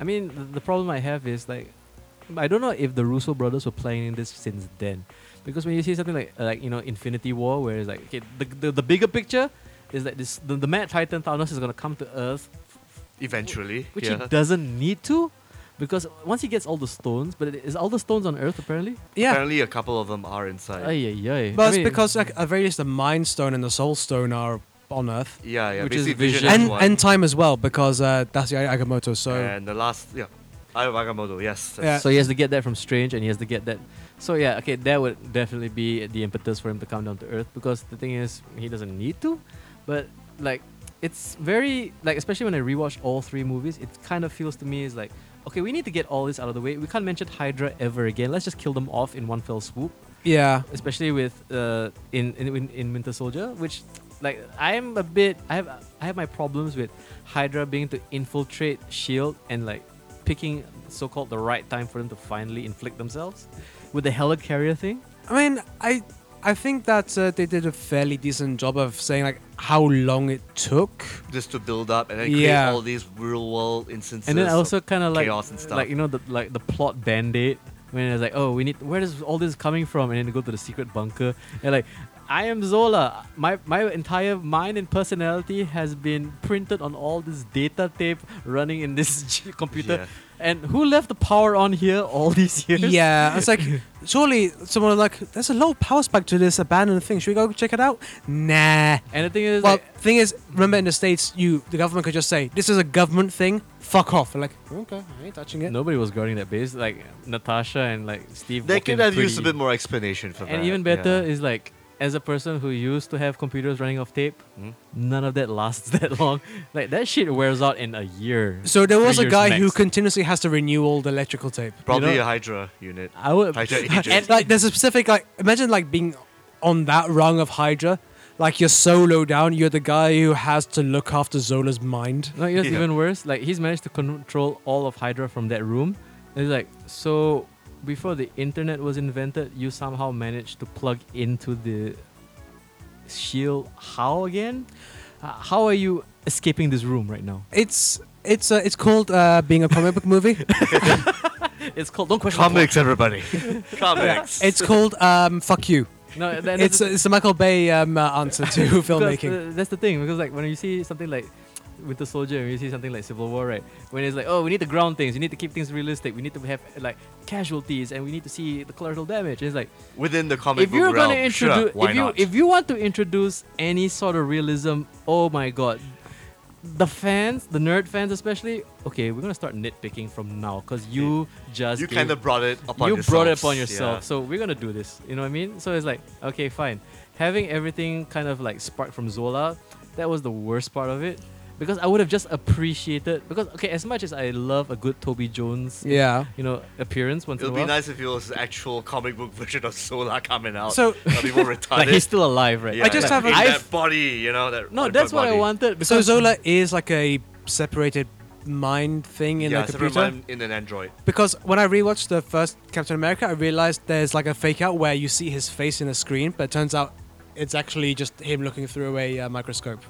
I mean, the, the problem I have is like, I don't know if the Russo brothers were planning this since then, because when you see something like like you know Infinity War, where it's like okay, the the, the bigger picture is that this the, the Mad Titan Thanos is gonna come to Earth
eventually.
which
yeah.
he doesn't need to because once he gets all the stones but it- is all the stones on earth apparently
Yeah, Oh,
Apparently, a couple of them are inside.
ay, ay, ay.
but
I
it's
mean,
because like, at very least the Mind Stone and the Soul Stone are on Earth,
yeah, yeah.
Which is
basically Vision
Vision.
has
and
one.
and time as well because uh, that's the Agamotto. So
And the last, yeah, I of Agamotto. Yes.
Yeah.
that's-
so he has to get that from strange and he has to get that so yeah okay that would definitely be the impetus for him to come down to earth because the thing is he doesn't need to but like it's very like especially when i rewatch all three movies it kind of feels to me is like okay we need to get all this out of the way we can't mention hydra ever again let's just kill them off in one fell swoop
yeah.
especially with uh, in, in in- in Winter Soldier, which like I am a bit I have I have my problems with Hydra being to infiltrate Shield E and like picking so-called the right time for them to finally inflict themselves with the helicarrier thing.
I mean, I I think that uh, they did a fairly decent job of saying like how long it took.
Just to build up and then create
Yeah.
all these real world instances.
and then I
of-
also kind of like
chaos and stuff.
like you know the like the plot band-aid when it's like oh we need where does all this coming from and then they go to the secret bunker and like I am Zola. My my entire mind and personality has been printed on all this data tape running in this computer.
Yeah.
And who left the power on here all these years?
Yeah, it's like surely someone was like there's a low power spike to this abandoned thing. Should we go check it out? Nah.
And the thing is,
Well,
like,
thing is, remember in the states, you the government could just say this is a government thing. Fuck off. And like okay, I ain't touching it.
nobody was guarding that base. Like Natasha and like Steve.
they
walked in
could have used a
pretty-
bit more explanation for that.
And even better
yeah.
is like, as a person who used to have computers running off tape,
Hmm?
none of that lasts that long. Like that shit wears out in a year.
So there
Three
was a
years
guy who
max.
continuously has to renew all the electrical tape.
probably
know-
a Hydra unit.
I would.
Hydra agent.
like there's a specific like imagine like being on that rung of Hydra. Like you're so low down, you're the guy who has to look after Zola's mind.
No, it's
Yeah.
even worse. Like he's managed to control all of Hydra from that room. And he's like, so before the internet was invented, you somehow managed to plug into the shield. How again? Uh, how are you escaping this room right now?
It's it's uh, it's called uh, being a comic book movie.
It's called don't question. the
Comics, everybody. Comics.
It's called um, fuck you.
plot. No, that-
It's a, it's a Michael Bay um, uh, answer to
Because,
filmmaking.
uh, that's the thing because like when you see something like Winter Soldier, when you see something like Civil War, right? When it's like, oh, we need to ground things, we need to keep things realistic, we need to have like casualties, and we need to see the collateral damage. And it's like
Within the comic
if
book
you're
realm, sure,
gonna introduce,
why
if you
not?
if you want to introduce any sort of realism, oh my god, the fans, the nerd fans especially, okay, we're gonna start nitpicking from now because you just
you
gave-
kind of brought it upon
you
yourself.
brought it upon yourself. So we're gonna do this. You know what I mean? So it's like, okay, fine. Having everything kind of like sparked from Zola, that was the worst part of it. Because I would have just appreciated because okay, as much as I love a good Toby Jones,
Yeah.
you know, appearance once
It would
in
be
a while.
nice if it was actual comic book version of Solar coming out.
So-
that'd be more retarded.
Like he's still alive, right?
yeah,
I just
like,
have a-
in
I've-
that body, you know that.
No,
that
that's what
body.
I wanted. Because
So Zola is like a separated mind thing in
yeah,
the
it's a
computer.
remind- in an Android.
Because when I rewatched the first Captain America, I realized there's like a fake out where you see his face in a screen, but it turns out it's actually just him looking through a uh, microscope.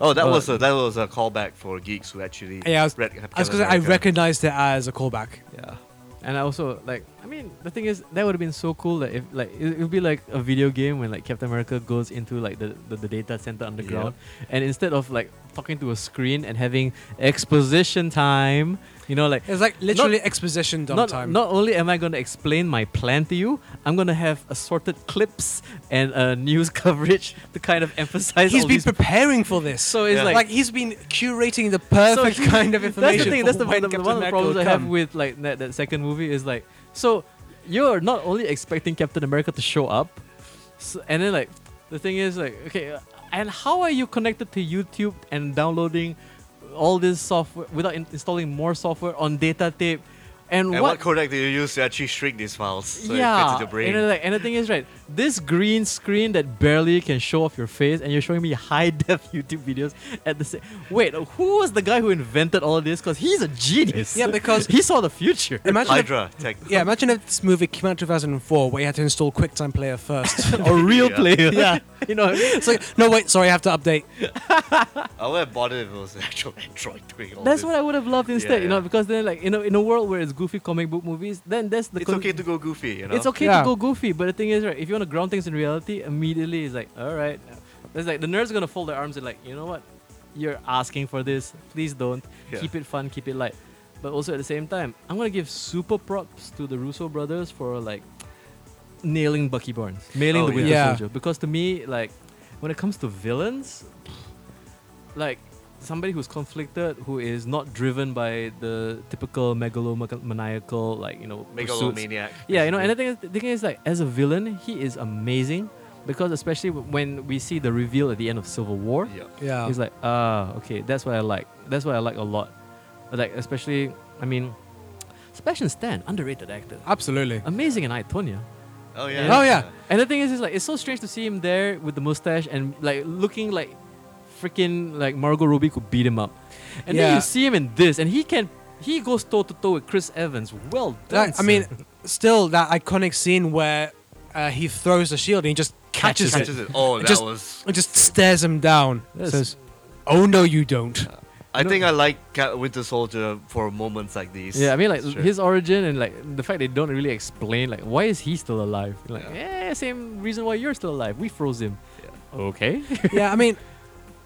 Oh, that
Uh,
was a that was a callback for geeks who actually
Yeah, I was-
read.
I was gonna say, I recognized it as a callback.
Yeah. And I also like I mean the thing is that would have been so cool that if like it would be like a video game when like Captain America goes into like the, the, the data center underground and instead of like talking to a screen and having exposition time, you know like
It's like literally exposition dump
not,
time.
not only am I gonna explain my plan to you, I'm gonna have assorted clips and uh, news coverage to kind of emphasize.
he's
all
been
these-
preparing for this.
so it's
Yeah.
like,
like
he's been curating the perfect
So-
kind of information.
That's the
for when
thing. That's the, the- the
Captain
one of the
America
problems
will
I have
come.
with like that, that second movie is like so you're not only expecting Captain America to show up, so, and then like the thing is like okay, uh, and how are you connected to YouTube and downloading all this software without in- installing more software on data tape? And,
And what
what
codec do you use to actually shrink these files so it
yeah,
fits into brain?
and then, like, and the thing is, right, this green screen that barely can show off your face, and you're showing me high def YouTube videos at the same. Wait, who was the guy who invented all this? Because he's a genius.
Yeah, because-
he saw the future.
Imagine if-
Hydra tech.
yeah, imagine if this movie came out in 2004 where you had to install QuickTime Player first.
A real
Yeah.
player. Yeah, you know.
it's like, no, wait, sorry, I have to update.
I would have bothered if it was an actual Android doing all
That's
this.
what I would have loved instead, you
yeah.
know, because then, like, you know, in a world where it's goofy comic book movies, then that's the
It's
con-
okay to go goofy, you know.
It's okay
Yeah.
to go goofy, but the thing is, right, if you want to ground things in reality, immediately it's like, all right. It's like the nerds are going to fold their arms and, like, you know what? You're asking for this. Please don't.
Yeah.
Keep it fun, keep it light. But also at the same time, I'm going to give super props to the Russo brothers for, like, nailing Bucky Barnes, nailing
Oh,
the Winter
yeah. Yeah.
Soldier. Because to me, like, when it comes to villains, like, somebody who's conflicted, who is not driven by the typical megalomaniacal, like, you know, pursuits.
Megalomaniac.
Yeah, you know, and the
basically.
thing is, the thing is, like, as a villain, he is amazing because, especially w- when we see the reveal at the end of Civil War,
Yeah.
Yeah.
he's like, ah, okay, that's what I like. That's what I like a lot. Like, especially, I mean, Sebastian Stan, underrated actor,
Absolutely.
amazing in I Tonya.
Oh
Yeah.
yeah.
Oh, yeah.
And the thing is, is like, it's so strange to see him there with the mustache and like looking like freaking like Margot Robbie could beat him up, and then
Yeah.
you see him in this, and he can. He goes toe to toe with Chris Evans. Well done.
That- I mean, still that iconic scene where uh, he throws the shield and he just catches,
Catches
it
it. Oh, that
Just-
was.
and just stares him down.
Yes.
Says, "Oh no, you don't."
I
No.
think I like Cap- Winter Soldier for moments like these.
Yeah, I mean, like
Sure.
his origin and like the fact they don't really explain, like why is he still alive? Like,
Yeah.
yeah, same reason why you're still alive. We froze him.
Yeah.
Okay.
yeah, I mean,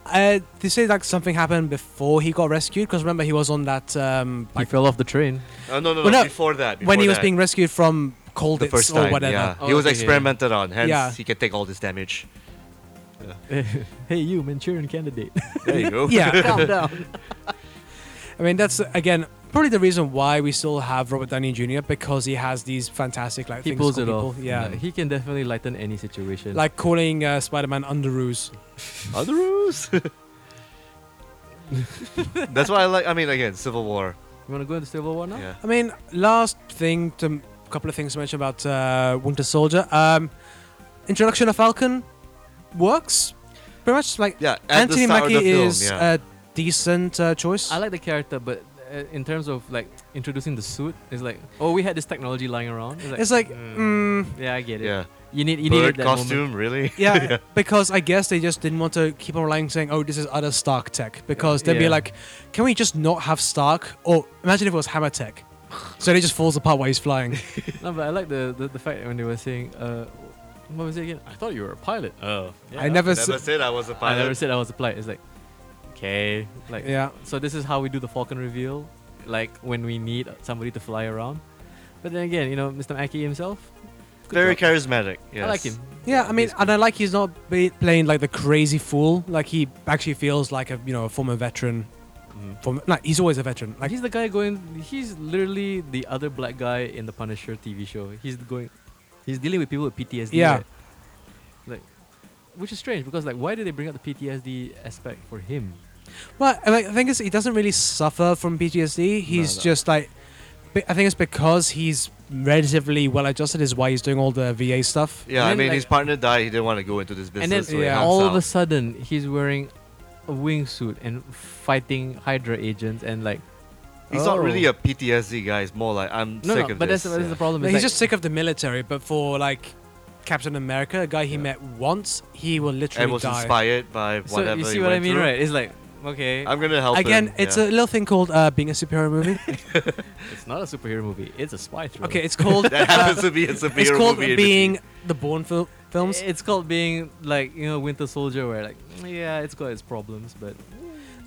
uh, they say like something happened before he got rescued because remember he was on that um,
he
like,
fell off the train.
Uh, no, no, no,
Well, no,
Before that.
when he
before
was
that,
being rescued from cold
the first
or
time.
whatever.
Yeah.
Oh,
he was
okay, yeah, yeah.
experimented on, hence
Yeah.
he can take all this damage.
hey, you Manchurian candidate.
There you go.
Yeah.
Calm down.
I mean that's again probably the reason why we still have Robert Downey Jr. because he has these fantastic like
he
things
pulls
for
it
people.
off.
Yeah.
he can definitely lighten any situation.
Like calling uh, Spider-Man Underoos.
Other rules. That's why I like. I mean, again, Civil War.
you want to go into Civil War now?
Yeah.
I mean, last thing, to, couple of things to mention about uh, Winter Soldier. Um, introduction of Falcon works pretty much. Like
Yeah, at
Anthony
the start of
Mackie
the film,
is
yeah.
uh,
a decent uh, choice.
I like the character, but uh, in terms of like introducing the suit, it's like, oh, we had this technology lying around. It's like,
it's like,
mm,
Hmm.
mm,
yeah, I get it.
yeah.
You need, you
Bird
need that
costume,
Moment.
really?
yeah, because I guess they just didn't want to keep on relying saying, "Oh, this is other Stark tech," because they'd be
Yeah.
like, "Can we just not have Stark?" Or imagine if it was Hammer tech. So it just falls apart while he's flying.
No, but I like the, the, the fact when they were saying, uh, what was it again? I thought you were a pilot. Oh, yeah.
I never,
I
s-
never said I was a
I never
pilot.
said I was a pilot. It's like, okay, like
yeah,
So this is how we do the Falcon reveal, like when we need somebody to fly around. But then again, you know, Mr. Mackey himself, good
Very
job.
charismatic. Yes.
I like him.
yeah. I mean,
He's
and I like he's not be playing like the crazy fool. Like he actually feels like a you know a former veteran.
Mm-hmm.
Mhm.
From like he's always a veteran. Like
he's the guy going. He's literally the other black guy in the Punisher TV show. He's going. He's dealing with people with PTSD.
Yeah.
right? Like, which is strange because like, why did they bring up the PTSD aspect for him?
Well, I like, I think it's, he doesn't really suffer from PTSD. He's
no.
just like, be- I think it's because he's relatively well adjusted. Is why he's doing all the VA stuff.
Yeah,
And
I
then,
mean,
like-
his partner died. He didn't want to go into this business.
and then
so he
yeah,
helps
all
out.
of a sudden, he's wearing a wingsuit and fighting Hydra agents and like.
He's not really a PTSD guy. He's more like I'm
oh. No,
sick
no,
of
but
this.
that's, that's
yeah.
the problem.
Like,
it's
he's
like-
just sick of the military. But for like Captain America, a guy he
Yeah.
met once, he will literally
and was
die.
inspired by whatever.
So you
he
see what I
went
mean,
through.
right? It's like okay,
I'm gonna help
Again,
him,
it's
yeah.
a little thing called uh, being a superhero movie.
it's not a superhero movie. It's a spy thriller.
okay, it's called.
that happens to be a superhero
it's called
movie.
being the Bourne fil- films.
It's called being like you know Winter Soldier, where like yeah, it's got its problems, but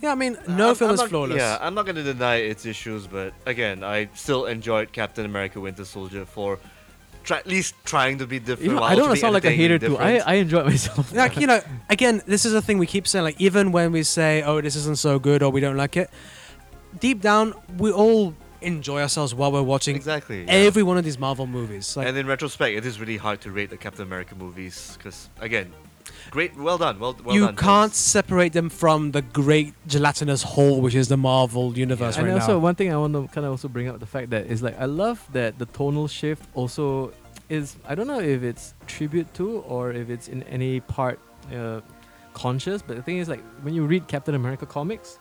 yeah, I mean, no
Uh, I'm-
film
I'm
is
not-
flawless.
Yeah, I'm not gonna deny its issues, but again, I still enjoyed Captain America: Winter Soldier for try, at least trying to be different.
you know
while
I
also
don't want to
be
sound like a hater
entertaining
too. I
different.
I enjoy myself.
like you know again this is a thing we keep saying like even when we say oh this isn't so good or we don't like it deep down we all enjoy ourselves while we're watching
exactly. yeah.
every one of these marvel movies like
and in retrospect, it is really hard to rate the Captain America movies because again, great, well done, well, well
you
done.
can't
folks.
separate them from the great gelatinous whole which is the marvel universe
and
right
also
now
one thing I want to kind of also bring up the fact that is like I love that the tonal shift also is I don't know if it's tribute to or if it's in any part uh, conscious, but the thing is like when you read Captain America comics,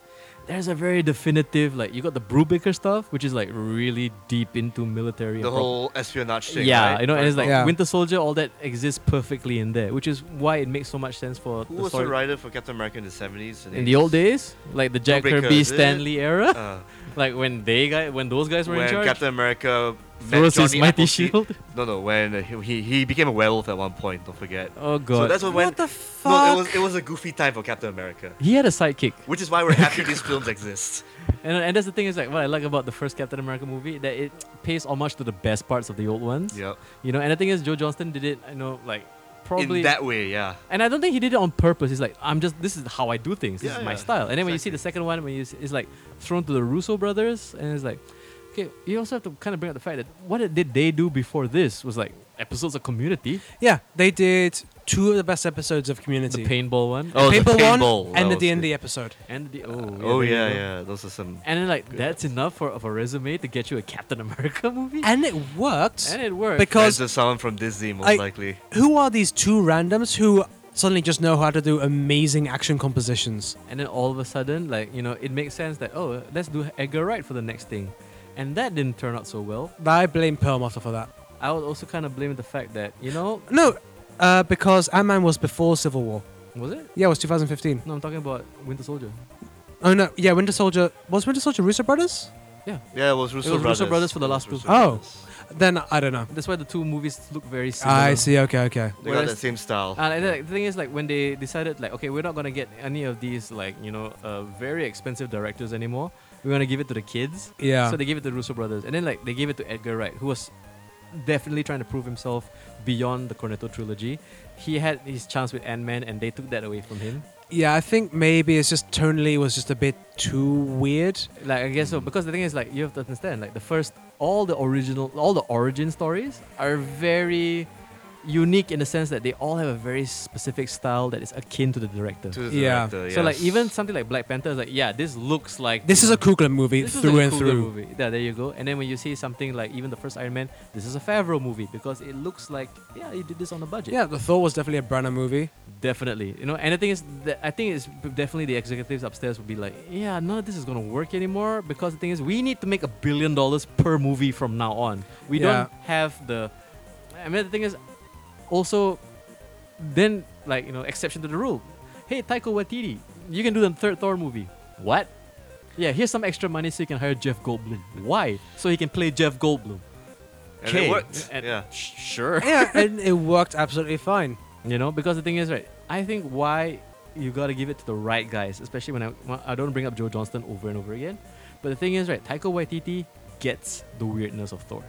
there's a very definitive like you got the Brubaker stuff, which is like really deep into military.
the
and prop-
whole espionage thing.
yeah,
right?
you know, and it's like
Yeah.
Winter Soldier, all that exists perfectly in there, which is why it makes so much sense for
who
the
was the
story.
writer for Captain America in the 70s? And
in the old days, like the Jack
Brubaker,
Kirby,
is it?
Stanley era,
Uh,
like when they guy, when those guys were
when
in charge,
Captain America met
throws his
Johnny
mighty
Appleseed-
shield.
No, no, when uh, he, he he became a werewolf at one point. Don't forget.
Oh
So
god,
that's what when.
what the
no,
fuck
it was it was a goofy time for Captain America,
he had a sidekick,
which is why we're happy these films exist.
and and that's the thing is like what I like about the first Captain America movie that it pays homage to the best parts of the old ones.
Yeah,
You know, and the thing is Joe Johnston did it. I know, like probably
in that way, yeah.
And I don't think he did it on purpose. He's like, I'm just, this is how I do things. This
Yeah,
is my
yeah,
style. And then when you see the second one, when you, s- it's like thrown to the Russo brothers, and it's like, okay, you also have to kind of bring up the fact that what did they do before this was like episodes of Community,
yeah they did two of the best episodes of
the
community
paintball one,
Oh, the
Paper
paintball,
one and
that
the
was
D and D episode.
and the oh, yeah,
Oh
there you
yeah,
go.
yeah. Those are some.
And then like that's enough for of a resume to get you a Captain America movie,
And
and,
it worked.
it worked.
because
Because of someone from Disney, most
I-
likely.
who are these two randoms who suddenly just know how to do amazing action compositions?
and then all of a sudden, like you know, it makes sense that oh, let's do Edgar Wright for the next thing, and that didn't turn out so well.
I blame Perlmutter for that.
I would also kind of blame the fact that you know
No, uh, because Ant Man was before Civil War.
was it?
Yeah, it was 2015.
No, I'm talking about Winter Soldier.
Oh no, yeah, Winter Soldier was Winter Soldier Russo brothers.
Yeah, it was Russo
It was
Brothers.
Russo Brothers for the
It was
last two.
Russo
Oh.
Brothers.
Then I don't know.
That's why the two movies look very similar.
I see. Okay, okay.
They got
Whereas-
that same style.
Uh, and the the thing is, like, when they decided, like, okay, we're not gonna get any of these, like, you know, uh, very expensive directors anymore. We're gonna give it to the kids.
Yeah.
So they gave it to the Russo brothers, and then like they gave it to Edgar Wright, who was definitely trying to prove himself beyond the Cornetto trilogy. He had his chance with Ant Man, and they took that away from him.
yeah, I think maybe it's just tonally it was just a bit too weird.
Like I guess so because the thing is like you have to understand like the first all the original all the origin stories are very unique in the sense that they all have a very specific style that is akin to the director.
To the
Yeah.
director,
So like
yes.
even something like Black Panther is like, yeah, this looks like
This is a Kugler movie
this is
through
a
and
Coogler
through.
movie. Yeah, there you go. And then when you see something like even the first Iron Man, this is a Favreau movie because it looks like yeah, he did this on a budget.
Yeah, the Thor was definitely a Branagh movie.
Definitely. You know, and the thing is, that I think it's definitely the executives upstairs would be like, yeah, none of this is going to work anymore because the thing is, we need to make a billion dollars per movie from now on. We don't have the. I mean, the thing is, also, then, like, you know, exception to the rule. Hey, Taiko Watiti, you can do the third Thor movie. What? Yeah, here's some extra money so you can hire Jeff Goldblum. Why? So he can play Jeff Goldblum.
and
Okay.
it worked.
And-
yeah.
Sh- sure.
yeah, and it worked absolutely fine.
You know, because the thing is, right? I think why you gotta give it to the right guys, especially when I when I don't bring up Joe Johnston over and over again. But the thing is, right? Taika Waititi gets the weirdness of Thor,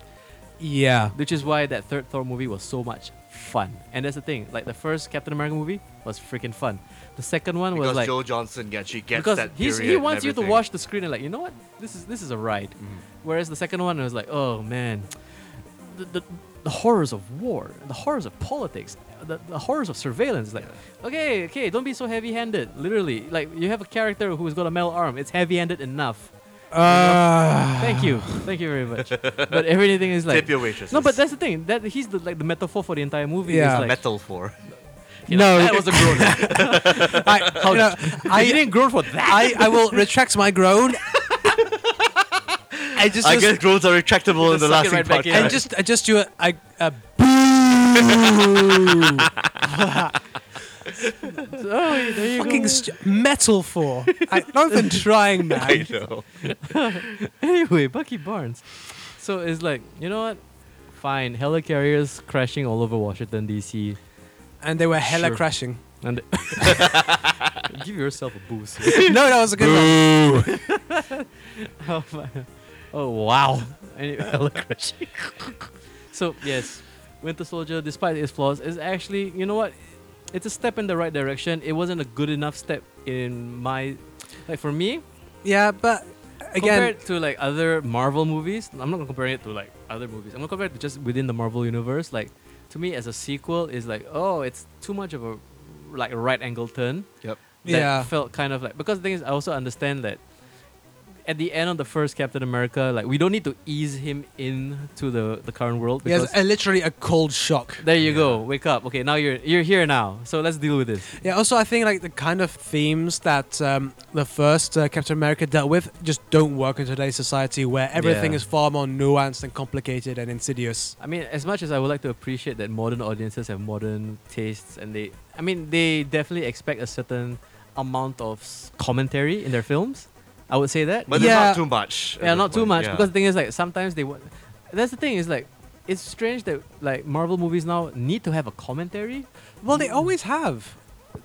Yeah.
which is why that third Thor movie was so much fun. And that's the thing. Like the first Captain America movie was freaking fun. The second one
Because
was like
Joe Johnson yeah, she gets
because
that
he's,
period
he
and
wants you to
everything. Mm-hmm.
watch the screen and like you know what this is this is a ride. Whereas the second one was like oh man, the, the, the horrors of war, the horrors of politics, the, the horrors of surveillance. Like okay okay don't be so heavy handed. Literally like you have a character who's got a metal arm. It's heavy handed enough.
Uh,
Thank you thank you very much. but everything is like
Tip your waitresses.
no but that's the thing that he's the, like the metaphor for the entire movie. is
Yeah.
like,
metal for.
you know,
No.
that was a groan.
I,
How-
you know,
I
I,
didn't groan for that.
I, I will retract my groan. I just,
I
just-
guess groans are retractable in the
Just suck
last
it right back in.
and
Yeah.
just I just do a, a, a boo.
Oh, there you go.
fucking st- metal for. I, not even trying, man.
I know.
anyway, Bucky Barnes. So it's like, you know what? Fine, helicarriers crashing all over Washington DC.
And they were hella
Sure.
crashing.
And give yourself a boost.
No, that was a good one.
oh, my- oh, wow. Anyway, hella crashing. so yes, Winter Soldier, despite its flaws, is actually you know what? It's a step in the right direction. It wasn't a good enough step in my like for me.
Yeah, but again,
compared to like other Marvel movies, I'm not gonna compare it to like other movies. I'm gonna compare it to just within the Marvel universe. Like to me, as a sequel, is like oh, it's too much of a like right angle turn.
Yep.
That
Yeah.
felt kind of like because the thing is, I also understand that at the end of the first Captain America, like we don't need to ease him in to the the current world
yeah,
because.
it's a- literally a cold shock.
there you go. Wake up. Okay, now you're you're here now. So let's deal with this.
Yeah, also I think like the kind of themes that um, the first uh, Captain America dealt with just don't work in today's society where everything
Yeah.
is far more nuanced and complicated and insidious.
I mean, as much as I would like to appreciate that modern audiences have modern tastes, and they, I mean, they definitely expect a certain amount of s- commentary in their films. I would say that.
But
Yeah.
it's not too much. at
yeah,
that
not too
point,
much
yeah.
because the thing is, like, sometimes they want. That's the thing is like, it's strange that like Marvel movies now need to have a commentary.
Well, they always have.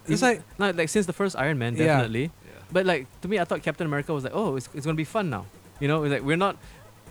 It's
Even-
like
not like since the first Iron Man,
Yeah.
definitely. But like to me, I thought Captain America was like, oh, it's, it's gonna be fun now. You know, it's like we're not.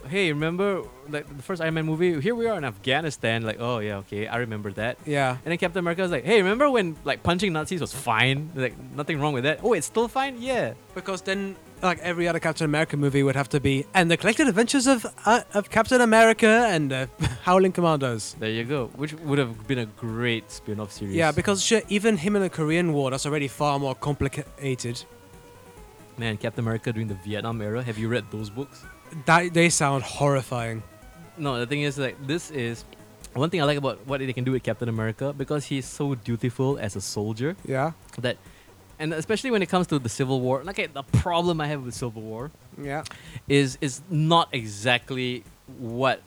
Hey, remember like the first Iron Man movie? Here we are in Afghanistan. Like, oh yeah, okay, I remember that.
yeah.
And then Captain America was like, "Hey, remember when like punching Nazis was fine? Like nothing wrong with that. Oh, it's still fine. Yeah,
Because then, like every other Captain America movie would have to be, and the collected adventures of uh, of Captain America and uh, Howling Commandos.
there you go. Which would have been a great spin-off series.
Yeah, because sure, even him in the Korean War, that's already far more complicated.
man, Captain America during the Vietnam era. Have you read those books?
That they sound horrifying.
No. The thing is, like, this is one thing I like about what they can do with Captain America because he's so dutiful as a soldier
Yeah,
that, and especially when it comes to the Civil War. Okay, the problem I have with Civil War
yeah.
is is not exactly what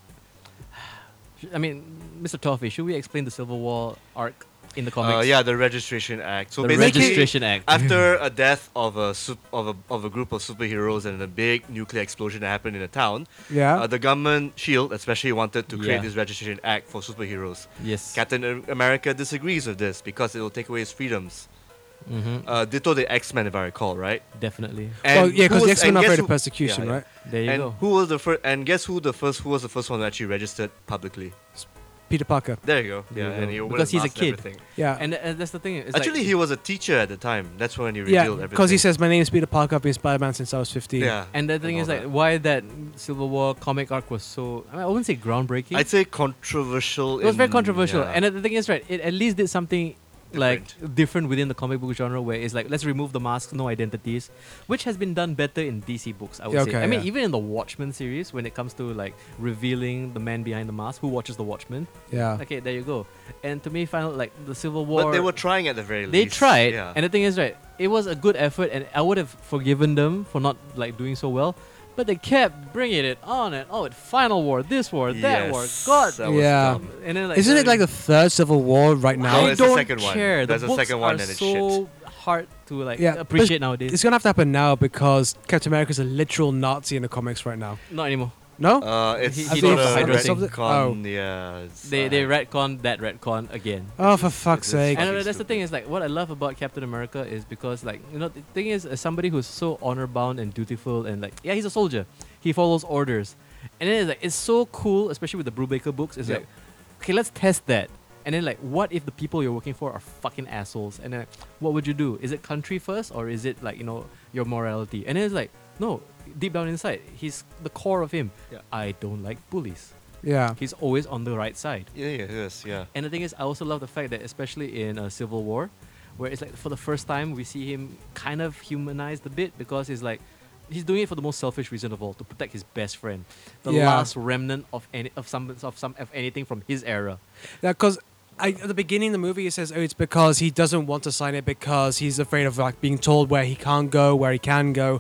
I mean, Mr. Toffee, should we explain the Civil War arc in the comics?
Uh, yeah, the Registration Act. So
the
basically,
registration act. Mm-hmm.
after a death of a, sup- of a of a group of superheroes and a big nuclear explosion that happened in a town,
Yeah.
uh, the government Shield especially wanted to create
Yeah.
this Registration Act for superheroes.
yes.
Captain A- America disagrees with this because it will take away his freedoms.
hmm
Uh, ditto the X Men, if I recall, right?
Definitely.
well, yeah,
who
because the
was-
X Men
and
are
guess
afraid
who-
of persecution,
yeah, yeah.
right?
There you
And
go.
who was the first? And guess who the first? Who was the first one that actually registered publicly?
Peter Parker.
There you go.
There
Yeah,
you
and
go.
he opened
Because
his
he's a
mask
kid.
and everything.
Yeah.
And uh, that's the thing. It's
Actually,
like,
he was a teacher at the time. That's when he revealed
yeah,
everything.
because he says, "My name is Peter Parker. I've been Spider-Man since I was 15."
Yeah.
And the thing
and
is,
all
like,
that.
why that Civil War comic arc was so. I, mean, I wouldn't say groundbreaking.
I'd say controversial.
it was very
in-
controversial.
Mm, yeah.
And the thing is, right, it at least did something like
Different.
different within the comic book genre, where it's like let's remove the masks, no identities, which has been done better in DC books. I would
Yeah,
say.
okay,
I mean,
yeah.
even in the Watchmen series, when it comes to like revealing the man behind the mask, who watches the Watchmen.
Yeah.
Okay, there you go. And to me, final like the Civil War.
Ah. but they were trying at the very
They
least.
tried,
Yeah.
and the thing is, right? It was a good effort, and I would have forgiven them for not like doing so well. But they kept bringing it on and oh, it final war, this war, that war,
Yes,
God,
that was
Yeah.
dumb.
and then like
Isn't it
uh,
like the third Civil War right
No,
now?
I
there's a
don't
Oh, second one.
care.
There's
the
a
books
second one
are
and it's
so hard to like
Yeah, but
appreciate nowadays.
It's gonna have to happen now because Captain America's a literal Nazi in the comics right now.
Not anymore.
No?
Oh,
Uh, it's
He-
he,
he
sort
did
of
Hydra
retcon,
something?
yeah. it's,
They they
uh,
retcon that retcon again.
oh, for fuck's
it's-
sake!
it's-
And
Fucking
that's the thing
stupid.
is like what I love about Captain America is because like you know the thing is as somebody who's so honor bound and dutiful and like yeah he's a soldier he follows orders and then it's like it's so cool especially with the Brubaker books it's
Yep.
like okay let's test that and then like what if the people you're working for are fucking assholes and then like, what would you do is it country first or is it like you know your morality and then it's like no deep down inside he's the core of him
Yeah.
I don't like bullies
Yeah.
he's always on the right side
Yeah, yeah, yes, yeah.
and the thing is, I also love the fact that, especially in uh, Civil War, where it's like for the first time we see him kind of humanized a bit because he's like, he's doing it for the most selfish reason of all to protect his best friend, the
Yeah.
last remnant of any of some of some of anything from his era.
Yeah, because at the beginning of the movie, it says, "Oh, it's because he doesn't want to sign it because he's afraid of like being told where he can't go, where he can go."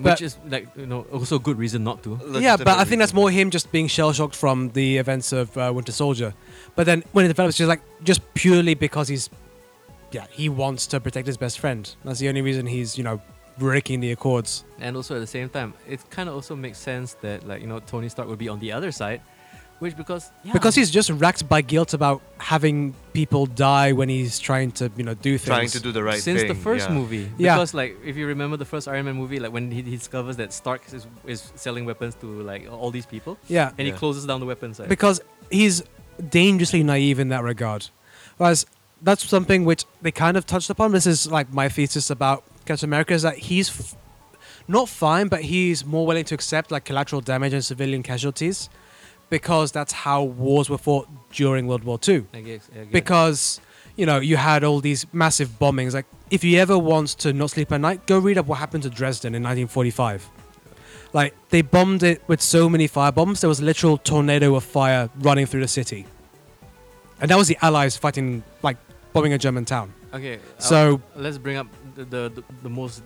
But-
which is like you know also a good reason not to.
yeah, but I think that's
Legitimate
more him just being shell shocked from the events of uh, Winter Soldier. But then when it develops, just like just purely because he's, yeah, he wants to protect his best friend. That's the only reason he's you know breaking the accords.
And also at the same time, it kind of also makes sense that like you know Tony Stark would be on the other side, which because yeah,
Because he's just racked by guilt about having people die when he's trying to, you know, do things.
reason. trying to do the right
since
thing.
the first
yeah.
movie.
Yeah.
Because like if you remember the first Iron Man movie, like when he he discovers that Stark is, is selling weapons to like all these people,
Yeah,
and
Yeah.
he closes down the weapons. Right?
because he's dangerously naive in that regard. Whereas that's something which they kind of touched upon. This is like my thesis about Captain America is that he's f- not fine, but he's more willing to accept like collateral damage and civilian casualties because that's how wars were fought during World War II
I guess, I guess.
because you know you had all these massive bombings like if you ever want to not sleep at night go read up what happened to dresden in 1945 like they bombed it with so many firebombs there was a literal tornado of fire running through the city and that was the allies fighting like bombing a german town
okay, uh,
so
let's bring up the, the the- the most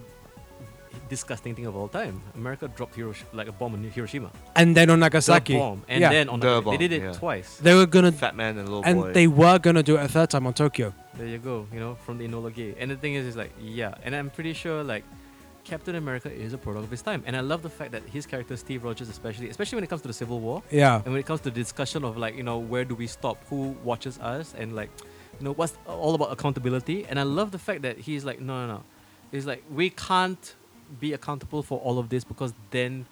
disgusting thing of all time. America dropped Hirosh- like a bomb on Hiroshima.
and then on
The
nagasaki
bomb, and
yeah.
then on
The
they
bomb,
did it
yeah.
twice.
they were gonna
Fat Man and Little
and
Boy.
they were gonna do it a third time on tokyo
There you go, you know, from the Enola Gay. And the thing is, is like, yeah. And I'm pretty sure, like, Captain America is a product of his time. And I love the fact that his character, Steve Rogers, especially, especially when it comes to the Civil War,
yeah
and when it comes to the discussion of, like, you know, where do we stop, who watches us, and, like, you know, what's all about accountability. And I love the fact that he's like, no, no, no. He's like, we can't be accountable for all of this because then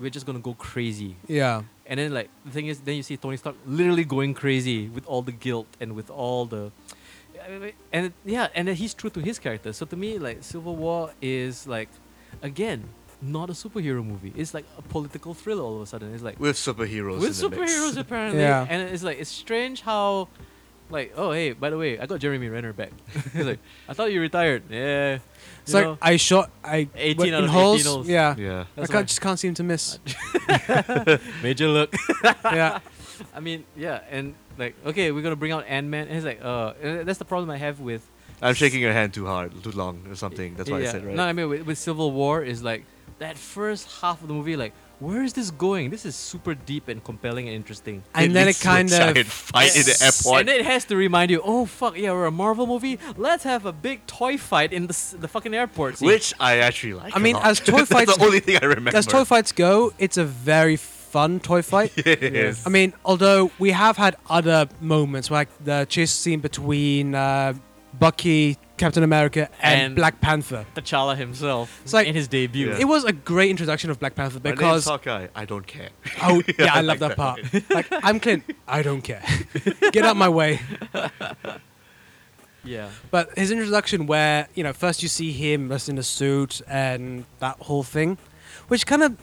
we're just going to go crazy.
yeah
And then like the thing is, then you see Tony Stark literally going crazy with all the guilt and with all the, and yeah, and then he's true to his character. So to me, like Civil War is like, again, not a superhero movie. It's like a political thriller. All of a sudden, it's like
with superheroes.
with
in the mix.
superheroes apparently,
Yeah.
and it's like it's strange how. Like oh hey by the way I got Jeremy Renner back. He's like I thought you retired. Yeah. You
it's like
know,
i shot i
18
went in
out of 18
holes
holes.
yeah
Yeah.
i
that's
can't,
why-
just can't seem to miss
major look.
yeah
I mean yeah and like okay we're gonna bring out Ant Man and it's like uh and that's the problem I have with
I'm shaking your hand too hard, too long, or something. That's why
yeah.
I said right.
No, I mean with, with Civil War is like that first half of the movie, like where is this going? This is super deep and compelling and interesting.
and then it
leads to a
kind of
giant fight in the
Yes.
airport.
And it has to remind you, oh fuck, yeah, we're a Marvel movie. Let's have a big toy fight in the s- the fucking airport. See,
which I actually like.
I mean,
a lot.
as toy
That's
fights-
the only thing I remember.
as toy fights go, it's a very fun toy fight.
Yes.
I mean, although we have had other moments like the chase scene between uh, Bucky, Captain America and,
And-
Black Panther.
T'Challa himself
It's like-
in his debut.
Yeah.
It was a great introduction of Black Panther
My name's
because
Hawkeye, I don't care.
oh yeah, I love that part. like I'm Clint, I don't care. Get out my way.
Yeah.
But his introduction, where you know, first you see him dressed in a suit and that whole thing, which kind of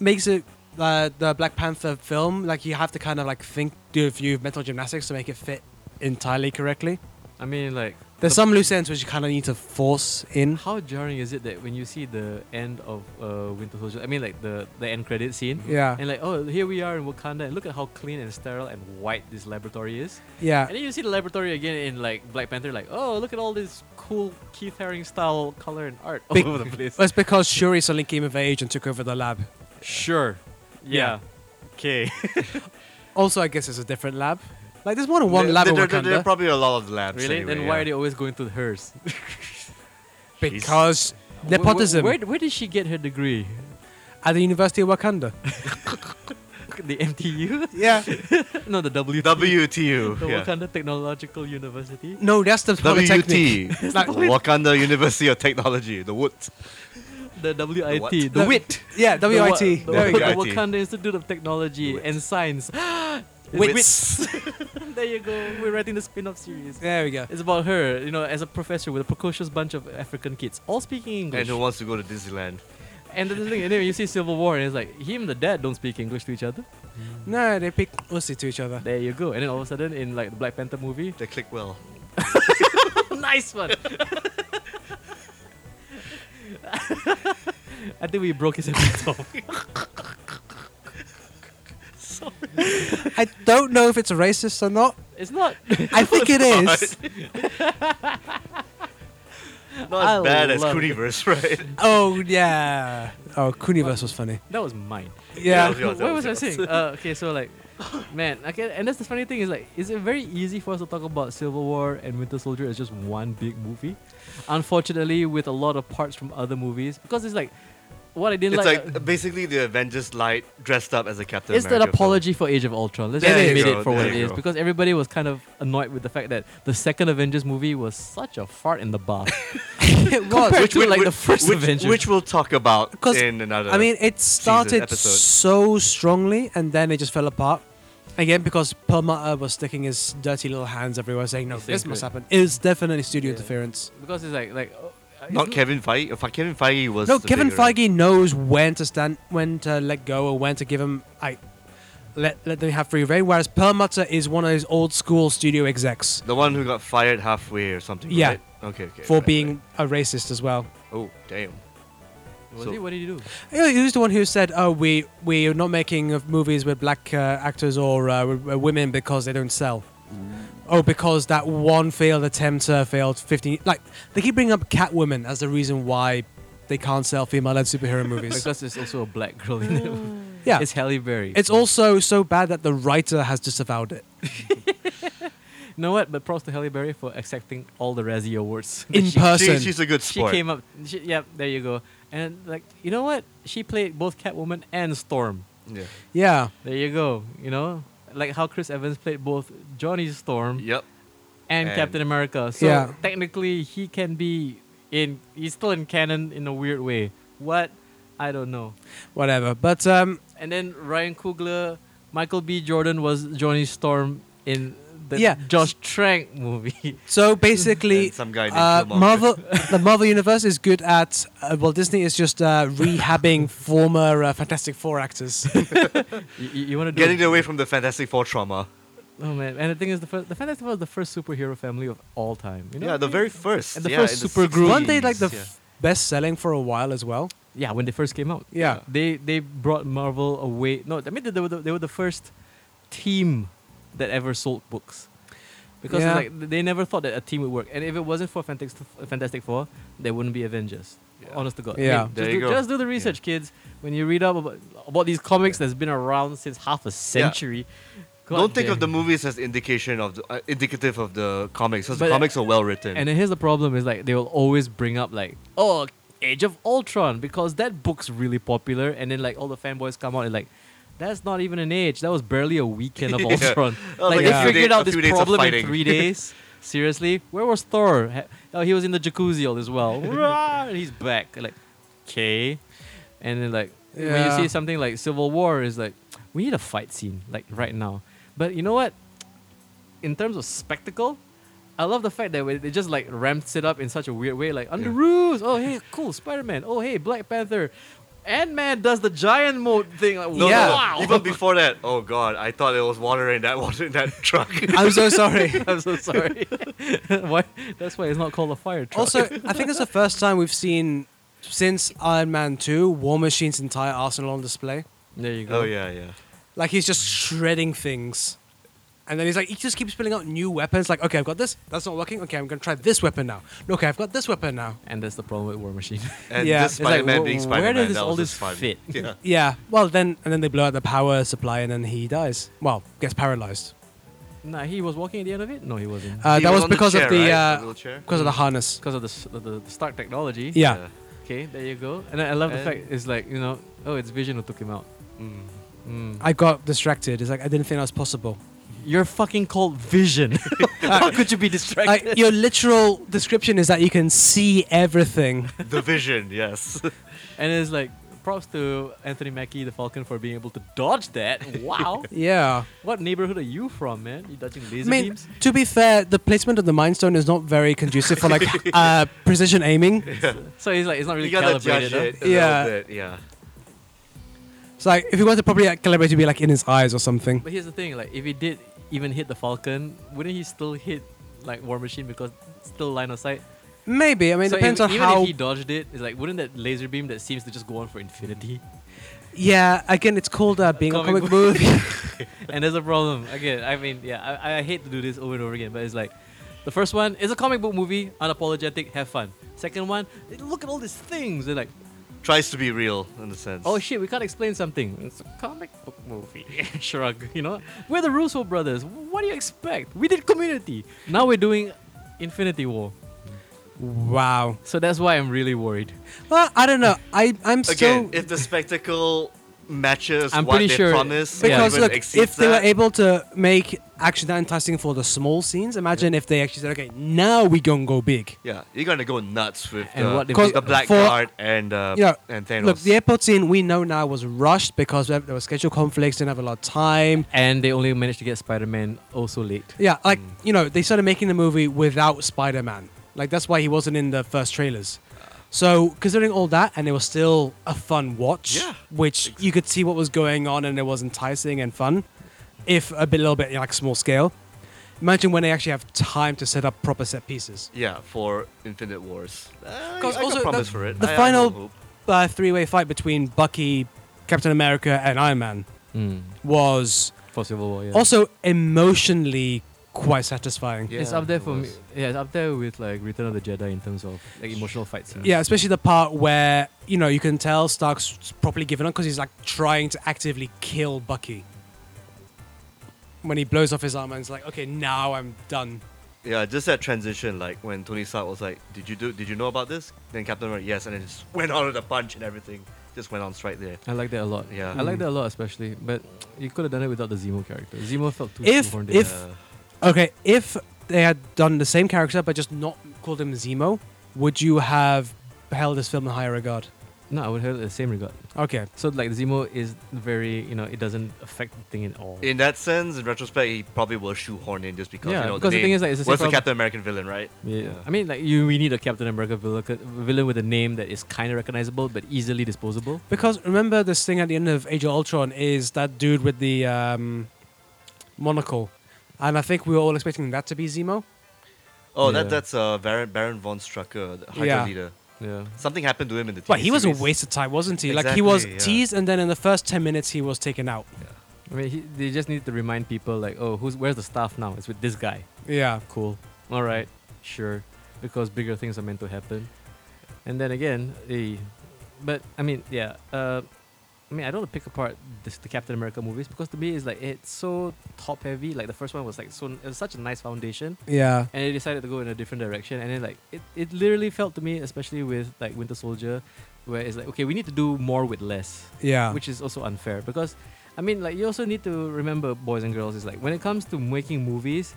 makes it uh, the Black Panther film like you have to kind of like think, do a few mental gymnastics to make it fit entirely correctly.
I mean, like,
There's some loose ends which you kind of need to force in.
how jarring is it that when you see the end of uh, Winter Soldier, I mean, like the the end credit scene,
Mm-hmm. Yeah,
and like, oh, here we are in Wakanda, and look at how clean and sterile and white this laboratory is.
yeah,
And then you see the laboratory again in like Black Panther, like, oh, look at all this cool Keith Haring style color and art all
Big-
over the place.
That's because Shuri suddenly came of age and took over the lab.
Sure. Yeah. Okay.
Also, I guess it's a different lab. Like, there's more than one lab in
there, there, there are
Wakanda
probably a lot of labs.
Really?
Anyway,
then why
yeah.
are they always going to hers?
because
Wh- wh-
nepotism
Where, where, did she get her degree?
at the University of Wakanda.
The MTU?
yeah.
no, the W.
WTU?
The
yeah.
Wakanda Technological University.
No, that's the polytechnic.
WUT,
It's like-
Wakanda University of Technology, the Woods.
The WIT.
what?
The,
The
WIT.
Yeah,
The
WIT. there
wa- The,
we go.
go.
the Wakanda Institute of Technology
WIT.
and Science.
Wits.
there you go. We're writing the spin off series.
There we go.
It's about her, you know, as a professor with a precocious bunch of African kids, all speaking
And
English.
who wants to go to Disneyland?
And then the thing, and then you see Civil War, and it's like him and the dad don't speak English to each other.
No, they pick Usi to each other.
There you go. And then all of a sudden, in like the Black Panther movie,
They click well.
nice one. I think we broke his episode.
I don't know if it's racist or not.
it's not.
I think it is.
Not as
I
bad as
love it.
Cooniverse, right?
Oh yeah. Oh, Kuniverse was funny.
That was mine.
Yeah.
was yours, that
what was
was
I
yours.
saying? uh, okay, so like, man, okay, and that's the funny thing is like, is it very easy for us to talk about Civil War and Winter Soldier as just one big movie? Unfortunately, with a lot of parts from other movies, because it's like, what I didn't
It's
like. uh,
like basically the Avengers light dressed up as a Captain
it's an
America
apology for Age of Ultron. Let's
There
just
you
admit
go,
it for
there
what it
you
is,
go.
because everybody was kind of annoyed with the fact that the second Avengers movie was such a fart in the bath.
it was.
Compared to like the first
which,
Avenger.
which we'll talk about
'Cause,
in another.
I mean, it started
episode.
so strongly and then it just fell apart. Again, because Perlmutter was sticking his dirty little hands everywhere, saying, "No,
It's
this
incorrect.
must happen." It's definitely studio
Yeah.
interference.
because it's like like. uh, it's
not Kevin Feige. If Kevin Feige was
no,
the
Kevin
bigger-
Feige knows when to stand, when to let go, or when to give him, I let let them have free reign. Whereas Perlmutter is one of those old school studio execs
the one who got fired halfway or something.
Yeah.
right? Okay. Okay.
for
right,
being a racist as well.
right. Oh damn.
Was
So-
he? What did he do?
You know, he was the one who said, "Oh, we we are not making of movies with black uh, actors or uh, w- uh, women because they don't sell." Oh, because that one failed attempt uh, failed fifteen. Like they keep bringing up Catwoman as the reason why they can't sell female-led superhero movies.
Because there's also a black girl in it.
yeah,
It's Halle Berry.
It's also so bad that the writer has disavowed it.
you know what? But props to Halle Berry for accepting all the Razzie awards.
In
she,
person.
She, she's a good
she
sport.
came up. She, yep, there you go. And like, you know what? She played both Catwoman and Storm.
Yeah.
yeah.
There you go. You know, like how Chris Evans played both Johnny Storm
Yep.
and,
And-
Captain America. So
Yeah.
technically, he can be in. He's still in canon in a weird way. What? I don't know.
Whatever. But um
And then Ryan Coogler, Michael B. Jordan was Johnny Storm in the
Yeah.
Josh Trank movie.
so basically
And some guy named
uh,
Killmonger.
Marvel the Marvel universe is good at uh, well Disney is just uh, rehabbing former uh, Fantastic Four actors.
you want to do
Getting away from the Fantastic Four trauma.
Oh man! And the thing is, the first, the Fantastic Four is the first superhero family of all time. You know?
yeah, the very first.
And the
yeah,
first
in
super group.
Weren't they like the
60s,
f- best selling for a while as well?
yeah, when they first came out.
Yeah.
They they brought Marvel away. No, I mean they were the, they were the first team that ever sold books because
Yeah.
it's like they never thought that a team would work. And if it wasn't for Fantastic Fantastic Four, there wouldn't be Avengers.
Yeah.
Honest to God.
Yeah.
just,
There
do,
you go.
just do the research, kids. When you read up about, about these comics that's been around since half a century. God
Don't think
damn.
of the movies as indication of the, uh, indicative of the comics, because
But,
the
uh,
comics are well written.
And then here's the problem: is like they will always bring up like, oh, Age of Ultron because that book's really popular, and then like all the fanboys come out and like, that's not even an age. That was barely a weekend of
Yeah.
Ultron.
That was
Like
like
they
a few
figured
day-
out
a
this
few days of
problem in
fighting.
three days. seriously, where was Thor? Ha- Oh, he was in the jacuzzi all as well. Rah! He's back. Like, okay. And then like when you
Yeah.
see something like Civil War, is like we need a fight scene like right now. But you know what? In terms of spectacle, I love the fact that when they just like ramped it up in such a weird way. Like on the
Yeah.
roofs. Oh hey, cool Spider Man. Oh hey, Black Panther. Ant Man does the giant mode thing. Like,
No,
Yeah.
no,
wow.
Even before that, oh god, I thought it was water in that water in that truck.
I'm so sorry.
I'm so sorry. why? That's why it's not called a fire truck.
also, I think it's the first time we've seen since Iron Man 2 War Machine's entire arsenal on display.
there you go.
oh yeah, yeah.
Like he's just shredding things. And then he's like, he just keeps spilling out new weapons. Like, okay, I've got this. That's not working. Okay, I'm going to try this weapon now. No, Okay, I've got this weapon now.
And that's the problem with War Machine.
And
Yeah. It's
this
like,
Spider Man
wh-
being
where
Spider Man.
did this-
that
all
was
this
just fun.
fit?
Yeah.
Yeah. Well, then, and then they blow out the power supply and then he dies. Well, gets paralyzed.
nah, he was walking at the end of it. No, he wasn't.
Uh,
He
that
was
was,
on the
because
chair,
of the,
right? The
uh,
wheelchair?
because of the harness.
because of the, s- the the Stark technology.
Yeah.
Okay, there you go. And I I love the
And-
fact it's like you know, oh, it's Vision who took him out.
Mm.
Mm.
I got distracted. It's like, I didn't think that was possible.
You're fucking called Vision. How could you be distracted?
Like, your literal description is that you can see everything.
The vision, yes.
and it's like props to Anthony Mackie, the Falcon, for being able to dodge that. Wow.
Yeah.
what neighborhood are you from, man? You dodging
I
laser
mean,
beams?
to be fair, the placement of the Mind Stone is not very conducive for like uh, precision aiming.
So it's like it's not really
you gotta
calibrated.
judge it
huh?
a
Yeah.
little bit, yeah.
So like, if you want to probably like, calibrate, to be like in his eyes or something.
But here's the thing, like if he did even hit the Falcon, wouldn't he still hit like War Machine because still line of sight?
Maybe. I mean, it
So
depends
if-
on
even
how.
if he dodged it, it's like wouldn't that laser beam that seems to just go on for infinity?
Yeah. Again, it's called uh, being
comic
a comic book.
and there's a problem. Again, I mean, yeah, I, I hate to do this over and over again, but it's like the first one is a comic book movie, unapologetic, have fun. Second one, look at all these things. They're like,
Tries to be real in a sense.
oh shit, we can't explain something. It's a comic book movie. Shrug, you know? We're the Russo brothers. What do you expect? We did community. Now we're doing Infinity War.
wow.
So that's why I'm really worried.
Well, I don't know. I I'm
Again,
still
if the spectacle matches
I'm
what
pretty
they
sure-
promise,
yeah.
because
even
look,
exceeds
if they
that,
were able to make action that enticing for the small scenes, imagine if they actually said, okay, now we gonna go big.
yeah, you're gonna go nuts with
And
the,
what if
Cause-
the black
for-
guard and uh,
you know,
and Thanos.
Look, the airport scene we know now was rushed because there were schedule conflicts, didn't have a lot of time.
And they only managed to get Spider Man also late.
Yeah, like
Mm.
you know, they started making the movie without Spider-Man. Like that's why he wasn't in the first trailers. So considering all that, and it was still a fun watch,
Yeah.
which you could see what was going on, and it was enticing and fun, if a bit, little bit like small scale. Imagine when they actually have time to set up proper set pieces.
yeah, for Infinite Wars. Uh,
'Cause
I
also
got
the-
promise for it.
the
I- I
final-
hope.
Uh, three-way fight between Bucky, Captain America, and Iron Man was
Hmm, For Civil War, yeah.
also emotionally quite satisfying.
Yeah,
it's up there
it
for me.
was.
Yeah, it's up there with like Return of the Jedi in terms of like emotional fights.
Yeah, especially the part where you know you can tell Stark's properly given up because he's like trying to actively kill Bucky. When he blows off his arm and it's like, okay, now I'm done.
Yeah, just that transition, like when Tony Stark was like, "Did you do? Did you know about this?" Then Captain America, "Yes," and then just went on with a punch and everything. Just went on straight there.
I like that a lot.
Yeah.
I like
Mm.
that a lot, especially. But you could have done it without the Zemo character. Zemo felt too
If-
shoehorned in.
if-
Uh,
Okay, if they had done the same character but just not called him Zemo, would you have held this film in higher regard?
no, I would have the same regard.
Okay,
So like Zemo is very, you know, it doesn't affect the thing at all.
in that sense, in retrospect, he probably was shoehorned in just because
Yeah,
you know
because
the,
the
name
thing is, like, it's the same
was the
problem-
Captain American villain, right?
yeah.
Yeah.
I mean, like you, we need a Captain America villain, uh, villain with a name that is kind of recognizable but easily disposable.
because remember this thing at the end of Age of Ultron is that dude with the um, monocle, and I think we were all expecting that to be Zemo.
Oh,
Yeah.
that that's uh, Baron Baron von Strucker, the Hydra
Yeah.
leader.
Yeah.
Something happened to him in the. TV
But he was a
series.
waste of time, wasn't he? like he was
Exactly, yeah.
teased, and then in the first ten minutes he was taken out.
I mean, he, they just need to remind people like, oh, who's where's the staff now? It's with this guy.
Yeah,
Cool. All right. Sure. Because bigger things are meant to happen. And then again, eh, but I mean, yeah. Uh, I mean, I don't pick apart this, the Captain America movies because to me, it's like it's so top heavy. Like the first one was like so it was such a nice foundation,
yeah,
and they decided to go in a different direction. And then like it, it literally felt to me, especially with like Winter Soldier, where it's like okay, we need to do more with less
yeah.
which is also unfair because I mean like you also need to remember boys and girls is like when it comes to making movies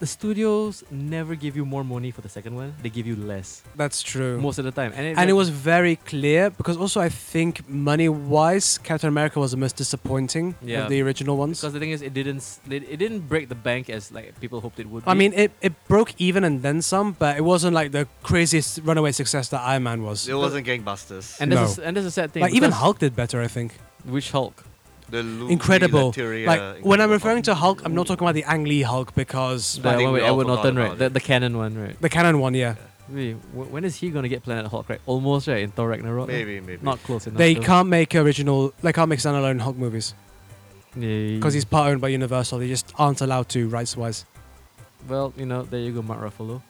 the studios never give you more money for the second one; they give you less
That's true.
most of the time. And it,
and it was very clear because also I think money wise, Captain America was the most disappointing
Yeah.
of the original ones.
because the thing is, it didn't s- it, it didn't break the bank as like people hoped it would.
I
be.
mean, it, it broke even and then some, but it wasn't like the craziest runaway success that Iron Man was.
It wasn't gangbusters.
and that's a, s- and that's a sad thing.
Like even
because-
Hulk did better, I think.
which Hulk?
The Lu-
Incredible.
Leteria,
like when I'm
Incredible
referring to Hulk, I'm not talking about the Ang Lee Hulk because
The
I think
one
we
with
all
Edward
forgot
Norton,
about
right? The,
it.
the canon one, right?
the canon one, yeah.
Wait, wh- when is he gonna get Planet Hulk? Right, almost right in Thor Ragnarok. right?
Maybe, maybe.
not close enough.
They
though.
can't make original. They can't make standalone Hulk movies
Yeah.
because he's part owned by Universal. They just aren't allowed to rights wise.
well, you know, there you go, Mark Ruffalo.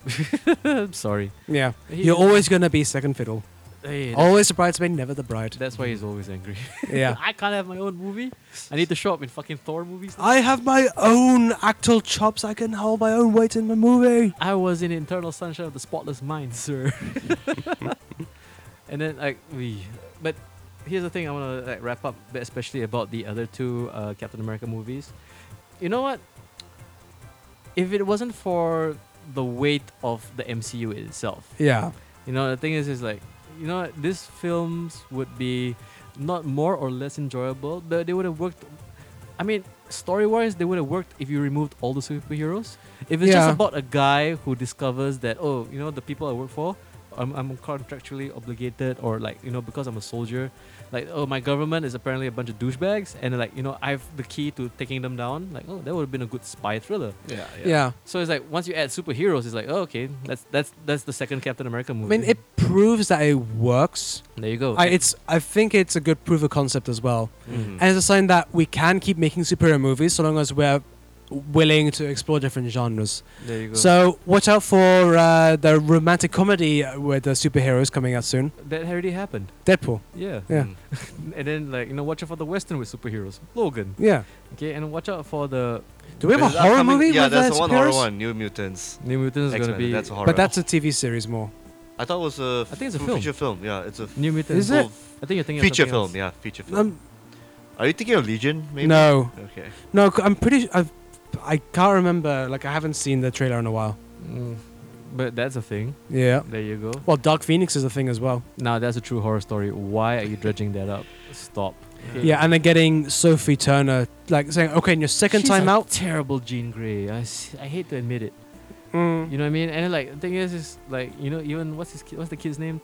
I'm sorry.
Yeah,
He-
you're always gonna be second fiddle.
Hey, that's,
Always the bridesmaid, never the bride.
that's why he's always angry.
Yeah.
I can't have my own movie. I need to show up in fucking Thor movies. now.
I have my own actual chops. I can hold my own weight in the movie.
I was in Internal Sunshine of the Spotless Mind, sir. and then like we, but here's the thing I want to like, wrap up, but especially about the other two uh, Captain America movies. You know what? If it wasn't for the weight of the MCU itself,
Yeah.
you know the thing is, is like you know what? these films would be not more or less enjoyable, but they would have worked. I mean, story-wise, they would have worked if you removed all the superheroes. If it's just
Yeah.
about a guy who discovers that oh, you know, the people I work for, I'm, I'm contractually obligated, or like you know, because I'm a soldier, like oh, my government is apparently a bunch of douchebags, and like you know, I've the key to taking them down. Like oh, that would have been a good spy thriller.
Yeah,
Yeah.
So it's like once you add superheroes, it's like oh, okay, that's that's that's the second Captain America
I
movie.
mean, it proves that it works.
there you go.
I, it's. I think it's a good proof of concept as well,
Mhm.
and it's a sign that we can keep making superhero movies so long as we're willing to explore different genres.
There you go.
So watch out for uh, the romantic comedy with the superheroes coming out soon.
that already happened.
Deadpool.
Yeah.
Yeah.
Mm.
And then like you know, watch out for the Western with superheroes. Logan.
Yeah.
Okay, and watch out for the
Do we have
There's
a horror
upcoming-
movie
Yeah,
with
there's
uh,
one horror
superheroes?
one, New Mutants.
New Mutants is
X-Men,
gonna be.
that's a horror.
But that's a TV series more.
I thought it was a.
I think it's a
f-
film.
feature film. Yeah, it's a f-
New Mutants.
Is it?
full
I think you're thinking
feature
of
film.
something
Yeah, feature film.
Um,
Are you thinking of Legion? Maybe.
no,
Okay.
no, c- I'm pretty. su- I've, I can't remember. Like I haven't seen the trailer in a while.
else. Mm, but that's a thing.
Yeah.
There you go.
Well, Dark Phoenix is a thing as well.
Now that's a true horror story. Why are you dredging that up? Stop.
Yeah, and they're getting Sophie Turner, like saying, "Okay, in your second
She's
time
a
out."
Terrible Jean Grey. I, s- I hate to admit it.
Mm.
You know what I mean? And then, like the thing is, is like you know even what's his ki- what's the kid's name?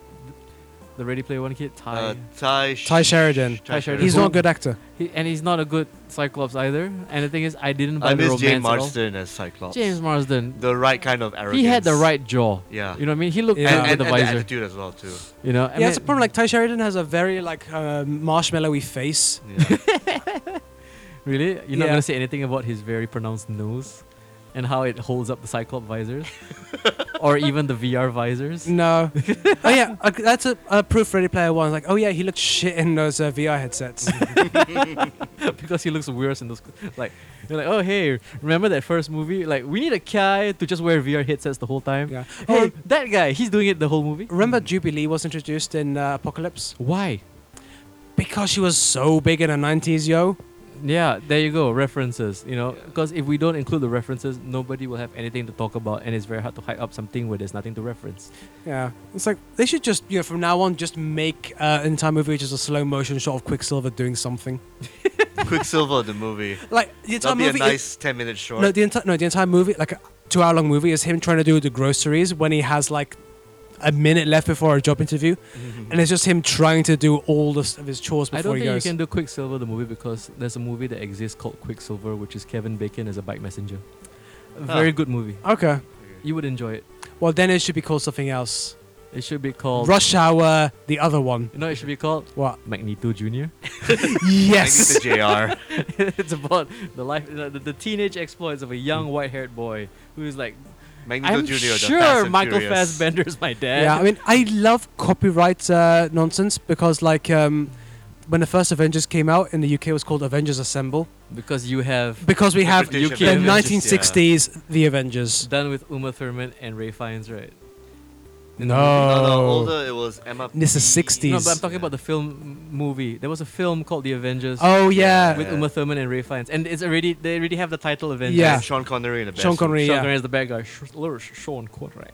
The Ready Player One kid. Ty.
Uh, Ty. Sh-
Ty Sheridan.
Ty Sheridan.
He's not a good actor.
He, and he's not a good Cyclops either. And the thing is, I didn't
I
buy the
miss
romance
James
at all.
Marsden as Cyclops.
James Marsden.
The right kind of arrogance.
He had the right jaw.
Yeah.
You know what I mean? He looked
Yeah.
yeah.
And, and,
the
and the
visor.
attitude as well too.
you know. I
yeah,
mean,
that's the problem. Like Ty Sheridan has a very like uh, marshmallowy face.
Yeah.
really, you're
Yeah.
not gonna say anything about his very pronounced nose, and how it holds up the Cyclops visors, or even the VR visors.
No. oh yeah, uh, that's a, a proof. Ready Player One. Like, oh yeah, he looked shit in those uh, VR headsets.
because he looks worse in those. Like, you're like, oh hey, remember that first movie? Like, we need a guy to just wear VR headsets the whole time.
yeah.
Hey,
Oh,
that guy, he's doing it the whole movie.
remember Jubilee was introduced in uh, Apocalypse
Why?
because she was so big in the '90s, yo.
Yeah, there you go. References, you know, because if we don't include the references, nobody will have anything to talk about, and it's very hard to hype up something where there's nothing to reference.
Yeah, it's like they should just, you know, from now on, just make uh, an entire movie which is a slow motion shot of Quicksilver doing something.
Quicksilver the movie.
Like the entire
That'd be a
movie. is-
nice ten minute short.
no, the entire no, the entire movie, like a two-hour-long movie, is him trying to do the groceries when he has like a minute left before a job interview, and it's just him trying to do all the, s- of his chores before
Mm-hmm. I don't
he
think
goes.
you can do Quicksilver the movie because there's a movie that exists called Quicksilver, which is Kevin Bacon as a bike messenger. A
Ah.
very good movie.
okay,
You would enjoy it.
well then it should be called something else.
It should be called.
Rush Hour, the other one.
You know, it should be called
What?
Magneto Junior.
yes.
Maybe the JR.
it's about the life, the, the teenage exploits of a young white-haired boy who is like,
Magneto
Hmm. I'm
Jr. the Fast
sure
and
Michael
Furious.
Fassbender's my dad.
Yeah, I mean, I love copyright uh, nonsense because, like, um, when the first Avengers came out in the UK, it was called Avengers Assemble
because you have
because we have the
British
UK
Avengers, yeah.
1960s, the Avengers.
done with Uma Thurman and Ray Fiennes, right?
No, no,
No.
older it was Emma.
Oh. This is
P.
60s.
No, but I'm talking about the film m- movie. There was a film called The Avengers
Oh yeah.
with
Yeah.
Uma Thurman and Ray Fiennes, and it's already they already have the title Avengers.
Yeah.
And Sean Connery in the best.
Sean Connery.
Sean
Yeah.
Connery is the bad guy. Sh- Lord Sh- Sean Connery.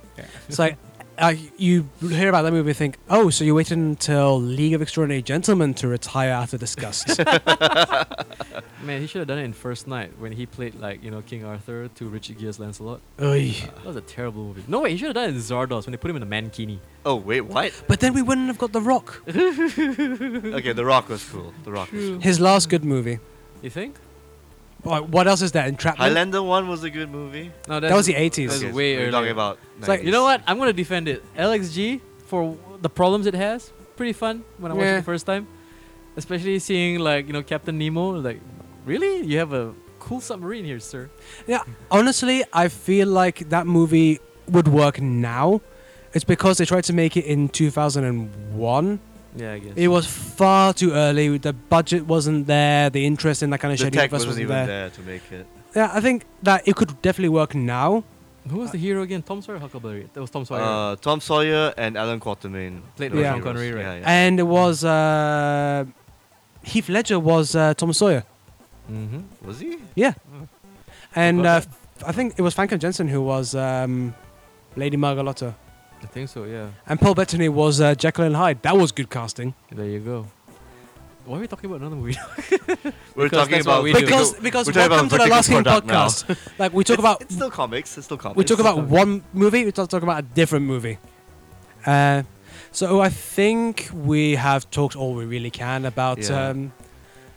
It's like uh, you hear about that movie, and think, oh, so you waited until League of Extraordinary Gentlemen to retire out of disgust.
Man, he should have done it in First Night when he played like you know King Arthur to Richard Gere's Lancelot. Ah,
Oy.
That was a terrible movie. No wait, he should have done it in Zardos when they put him in a mankini.
Oh wait, what?
But then we wouldn't have got The Rock.
okay, The Rock was cool. The Rock. Was cool.
His last good movie.
You think?
Like, what else is there? Entrapment.
Highlander one was a good movie.
No,
That was the
That's
80s.
Okay, so
way
we're
earlier.
talking about.
It's like,
You know what? I'm gonna defend it. LXG for the problems it has. Pretty fun when I watched it
Yeah.
the first time, especially seeing like you know Captain Nemo. Like, really? You have a cool submarine here, sir.
Honestly, I feel like that movie would work now. It's because they tried to make it in 2001.
Yeah, I guess.
It was far too early. The budget wasn't there. The interest in that kind of
The
shady
tech
universe
wasn't, even there. to make it.
Yeah, I think that it could definitely work now.
Who was the hero again? Tom Sawyer, Huckleberry. That was Tom Sawyer.
Uh, Tom Sawyer and Alan Quatermain
Played
by Sean
were the heroes.
Connery, right?
Yeah, yeah.
And it was uh, Heath Ledger was uh, Tom Sawyer,
mm-hmm.
was he? Mm.
and
Forgot
uh, f- I think it was Franklin Jensen who was um, Lady Margalotta,
I think so. Yeah.
and Paul Bettany was uh, Jekyll and Hyde. That was good casting
There you go. Why are we talking about another movie?
We're talking
Because that's what
about
we do.
because because
we're talking about
welcome to the
vertical
Last King
product now.
podcast. like we talk
It's-
about
it's still comics. It's still comics.
we talk
It's
about one movie, we talk talk about a different movie. Uh, so I think we have talked all we really can about.
Yeah.
Um,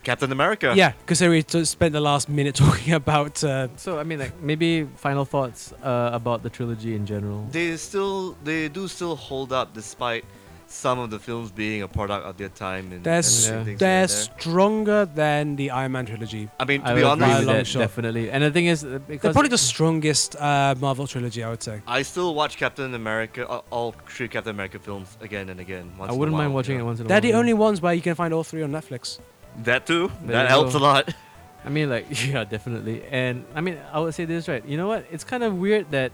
Captain America.
yeah, because we t- spent the last minute talking about. Uh,
so I mean, like maybe final thoughts uh, about the trilogy in general.
They still they do still hold up despite some of the films being a product of their time and,
they're
and
s-
Yeah.
things here
they're
and there.
stronger than the Iron Man trilogy.
I mean, to
I
be
would agree
by a
honest,
with
long
that,
shot.
definitely. And the thing is, uh,
They're
because
probably the strongest uh, Marvel trilogy, I would say.
I still watch Captain America, uh, all three Captain America films again and again. Once
I
in
wouldn't
a
mind
while,
watching
yeah.
it once in a
They're
while.
the only ones where you can find all three on Netflix.
That too.
There
that
you
helps
go.
a lot.
I mean, like, yeah, definitely. And I mean, I would say this, right? You know what? It's kind of weird that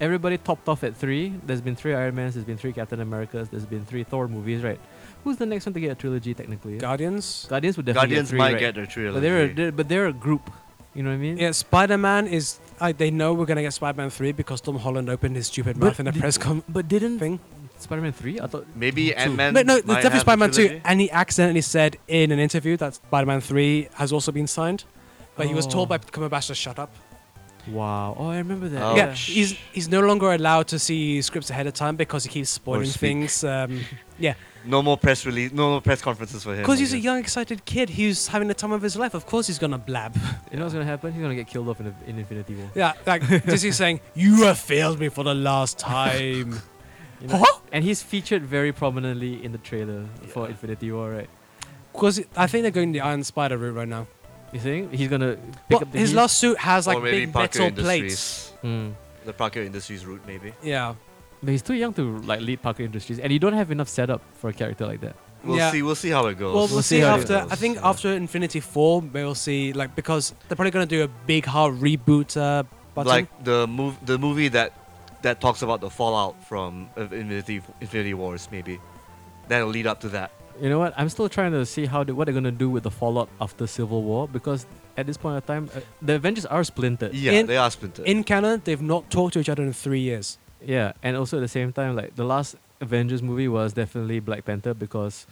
everybody topped off at three. There's been three Iron Mans, there's been three Captain Americas, there's been three Thor movies, right? Who's the next one to get a trilogy, technically?
Guardians.
Guardians would definitely
Guardians
get three,
might
right?
get their trilogy.
But they're, a, they're, but they're a group. You know what I mean?
Yeah, Spider Man is. I they know we're gonna get Spider Man three because Tom Holland opened his stupid
But
mouth in a
did-
press con
But didn't
thing.
Spider Man 3? I thought.
Maybe Ant Man.
No, no, it's
might
definitely
have a
Spider-Man 2.
trilogy.
And he accidentally said in an interview that Spider-Man 3 has also been signed. But he was told by
Oh.
Cumberbatch to shut up.
Wow. Oh, I remember that.
Oh.
Yeah,
Ouch.
he's he's no longer allowed to see scripts ahead of time because he keeps spoiling
speak.
things. Um, yeah,
No more press release. No more press conferences for him.
because
I
he's a
guess.
young, excited kid. He's having the time of his life. Of course, he's gonna blab.
You know what's going to happen? He's going to get killed off in, in Infinity War.
Yeah, like Disney's saying, "You have failed me for the last time."
You know? And he's featured very prominently in the trailer for
Yeah.
Infinity War, right?
Because I think they're going the Iron Spider route right now.
You think he's gonna pick
Well,
up the
his
heat?
last suit has like
or maybe
big
Parker
metal plates.
Industries.
Hmm.
The Parker Industries route, maybe.
Yeah.
But he's too young to like lead Parker Industries, and you don't have enough setup for a character like that.
We'll
Yeah.
see. We'll see how it goes.
Well, we'll, see,
how it
after. I think
Yeah.
after Infinity Four, we'll see like because they're probably gonna do a big hard reboot. Uh, button.
like the move, the movie that that talks about the fallout from uh, Infinity Infinity Wars, maybe. That'll lead up to that.
You know what? I'm still trying to see how they, what they're gonna do with the fallout after Civil War because at this point of time, uh, the Avengers are splintered.
Yeah,
In-
they are splintered.
in canon, they've not talked to each other in three years.
Yeah, and also at the same time, like the last Avengers movie was definitely Black Panther because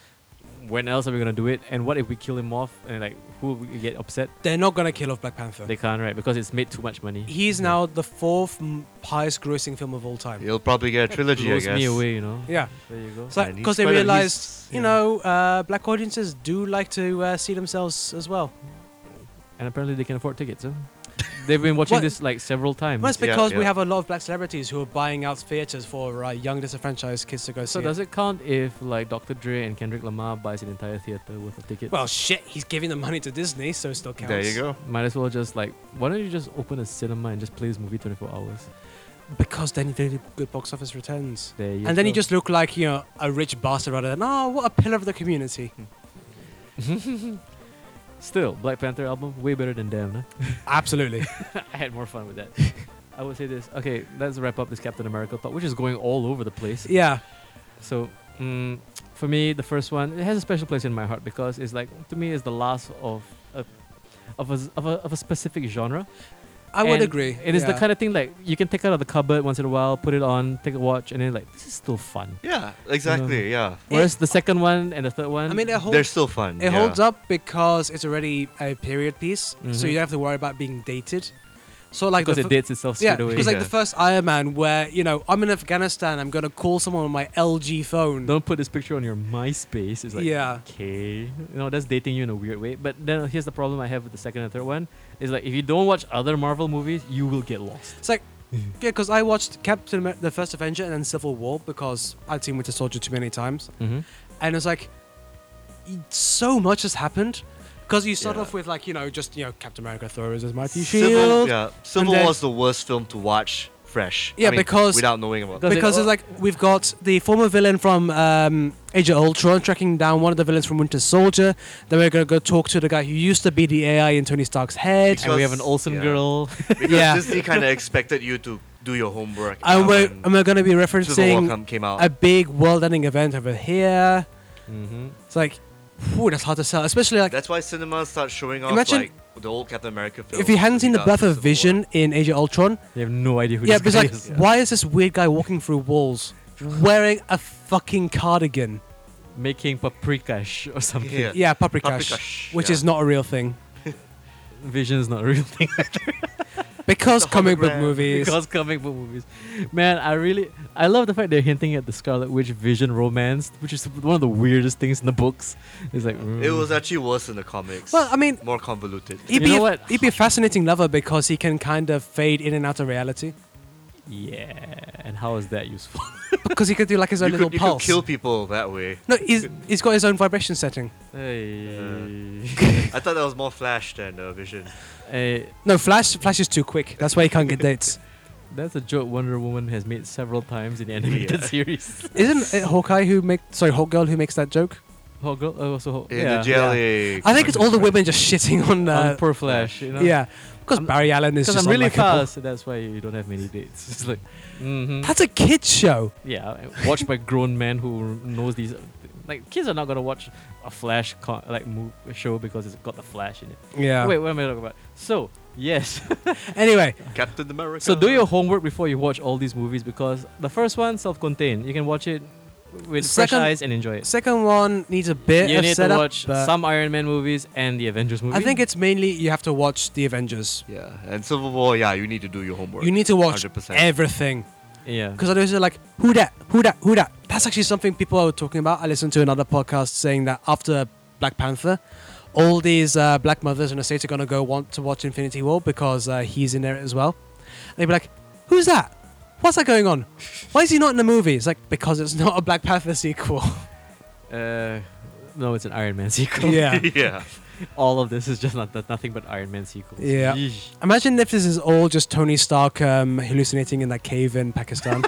when else are we gonna do it? And what if we kill him off and like who will get upset?
They're not gonna kill off Black Panther.
They can't, right? Because it's made too much money.
He's now the fourth m- highest grossing film of all time.
You'll probably get a trilogy, I
blows
guess.
me away, you know.
Yeah,
There you go.
it's like
Man,
because
he's
they
quite a-
realized,
he's-
you
yeah.
know, uh, black audiences do like to uh, see themselves as well.
And apparently they can afford tickets. Huh? They've been watching
What?
this like several times.
Well, it's
Yeah,
because we
yeah.
have a lot of black celebrities who are buying out theaters for uh, young disenfranchised kids to go
So
see.
does it count if like Dr. Dre and Kendrick Lamar buys an entire theater worth of tickets?
Well, shit, he's giving the money to Disney, so it still counts.
There you go.
might as well just like why don't you just open a cinema and just play this movie 24 hours?
Because then they do good box office returns.
There you
and then
go.
you just look like, you know, a rich bastard rather than, oh, what a pillar of the community.
still Black Panther album way better than Damn. Huh?
Absolutely.
I had more fun with that. I would say this. Okay, let's wrap up this Captain America talk, which is going all over the place.
Yeah.
So, mm, for me, the first one it has a special place in my heart because it's like to me it's the last of a of a s- of a, of a specific genre.
I would
And
agree.
It is the
yeah.
kind of thing like you can take out of the cupboard once in a while, put it on, take a watch, and then like this is still
Eh,
fun.
Yeah, exactly. Yeah,
Whereas the second one and the third one,
I mean, it holds.
they're still fun.
it
yeah.
holds up because it's already a period piece, so
Mhm.
you don't have to worry about being dated. So like
because
the
it dates itself
Yeah,
straight away.
because like
Yeah.
the first Iron Man, where you know I'm in Afghanistan, I'm gonna call someone on my LG phone.
don't put this picture on your MySpace. It's like
yeah,
okay, you know that's dating you in a weird way. But then here's the problem I have with the second and third one is like if you don't watch other Marvel movies, you will get lost.
it's like yeah,
Mm-hmm.
because I watched Captain Amer- the First Avenger and then Civil War because I'd seen Winter Soldier too many times,
Mm-hmm.
and it's like y- so much has happened because you start
Yeah.
off with like you know just you know Captain America throws his mighty shield.
Civil, yeah, Civil
then-
War is the worst film to watch fresh.
Yeah,
I mean,
because-
without knowing about.
Because it
Because
all-
it's like we've got the former villain from um, Age of Ultron tracking down one of the villains from Winter Soldier. Then we're gonna go talk to the guy who used to be the AI in Tony Stark's head.
And we have an Olsen
yeah.
girl.
Because
Yeah.
Disney kind of expected you to do your homework.
And
now,
we're,
and
and we're gonna be
Civil War
referencing
come, came out.
a big world-ending event over here.
mm-hmm.
It's like, whew, that's hard to sell, especially like
That's why cinemas start showing off
Imagine-
like the old Captain America films.
if you hadn't seen the
without
birth of
Civil War.
Vision in Age of Ultron.
You have no idea who
yeah,
this
because
guy
like,
is.
why is this weird guy walking through walls wearing a fucking cardigan?
Making paprikash or something.
Yeah.
Yeah, paprikash,
Paprikash,
which
yeah.
is not a real thing
Vision is not a real thing.
because
It's a
comic book
hologram.
movies.
because comic book movies. Man, I really I love the fact they're hinting at the Scarlet Witch Vision romance, which is one of the weirdest things in the books. It's like
It
mm.
was actually worse in the comics.
Well, I mean,
more convoluted.
he'd
You
be
know
a-
what?
he'd be a fascinating lover because he can kind of fade in and out of reality
Yeah. And how is that useful?
because he could do like his
You
own
could,
little
you could
pulse.
kill people that way.
no, he's he's got his own vibration setting.
hey.
I thought that was more Flash than uh, Vision.
Hey,
No, Flash Flash is too quick. That's why he can't get dates.
that's a joke Wonder Woman has made several times in the animated
Yeah.
series.
Isn't it Hawkeye who make sorry Hawk Girl who makes that joke?
Oh, girl, oh, so,
In
yeah.
the JLA.
I think it's all the women just shitting on.
On
Uh,
poor Flash, you know?
yeah, because
I'm-
Barry Allen is
Because
just
I'm really
unlikable.
fast, that's why you don't have many dates. It's like,
Mm-hmm.
mhm.
That's a kids show.
yeah, watched by grown men who knows these. Like kids are not gonna watch a Flash con- like mo- show because it's got the Flash in it.
Yeah.
Wait, what am I talking about? So yes,
Anyway,
Captain America.
so do your homework before you watch all these movies because the first one self-contained. You can watch it with
Second-
fresh eyes and enjoy it.
second one needs a bit
You
of
need to
setup.
watch
but
some Iron Man movies and the Avengers movie.
I think it's mainly you have to watch the Avengers.
Yeah, and Civil War. Yeah, you need to do your homework.
You need to watch
100%.
everything
yeah.
because otherwise you're like, who that, who that, who that. That's actually something people are talking about. I listened to another podcast saying that after Black Panther, all these uh, black mothers in the states are gonna go want to watch Infinity War because uh, he's in there as well. And they'd be like, who's that? What's that going on? Why is he not in the movie? It's like because it's not a Black Panther sequel.
Uh, no, it's an Iron Man sequel.
yeah.
yeah.
all of this is just not, nothing but Iron Man sequels.
Yeah.
Yeesh.
Imagine if this is all just Tony Stark um, hallucinating in that cave in Pakistan.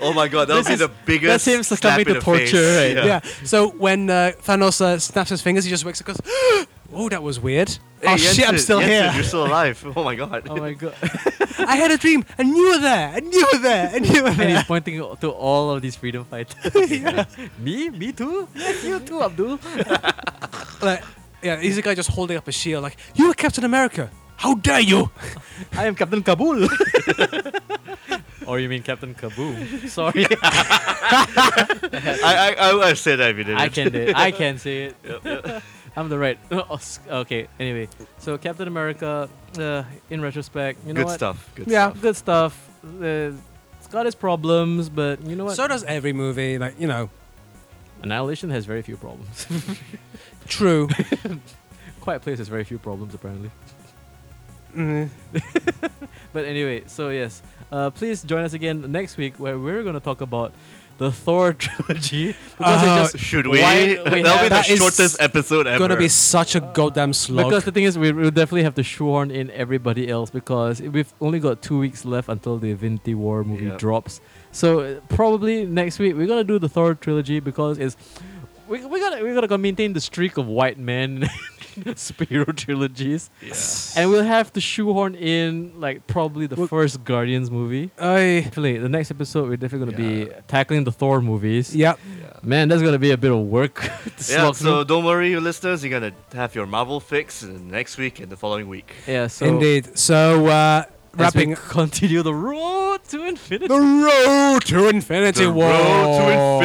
Oh my god, that would be the biggest.
that's him
slap
succumbing
in the
to
face.
torture, right?
yeah. So when uh, Thanos uh, snaps his fingers, he just wakes up and goes, "Oh, that was weird.
Hey,
oh shit, I'm
Jensen,
still
Jensen,
here."
You're still alive. Oh my god.
Oh my god.
I had a dream, and you were there, and you were there, and you were
and
there.
he's pointing to all of these freedom fighters. Me? Me too? Yes, you too, Abdul.
like, yeah, he's the guy just holding up a shield, like, "You were Captain America. How dare you?"
I am Captain Kabul. or you mean Captain Kaboom. Sorry.
I, I, I would have said that if you didn't.
I can do it. I can say it. I'm the right. Oh, s- Okay, anyway. So Captain America, uh, in retrospect, you know
Good
what?
stuff. Good
Yeah.
stuff.
Good stuff. Uh, it's got its problems, but you know what?
So does every movie, like you know.
Annihilation has very few problems.
True.
Quiet Place has very few problems, apparently.
Mm.
But anyway, so yes, uh, please join us again next week where we're going to talk about the Thor trilogy. Because, it
Oh,
just,
Should we?
Why- we
That'll be
have-
the
That is
shortest episode ever.
Gonna be such a goddamn slog.
because the thing is, we will definitely have to shoehorn in everybody else because we've only got two weeks left until the Infinity War movie
Yep.
drops. So uh, probably next week we're going to do the Thor trilogy because it's we we gotta we gotta go maintain the streak of white men superhero trilogies, and we'll have to shoehorn in like probably the
Well-
first Guardians movie.
I.
Definitely, the next episode we're definitely gonna
Yeah.
be tackling the Thor movies.
Yep.
Man, that's gonna be a bit of work. to
Yeah,
slog
so don't worry, you listeners. You're gonna have your Marvel fix uh, next week and the following week.
through. yeah. So
Indeed. So uh,
as we
wrapping
continue the road to infinity.
the road to Infinity
The
War.
road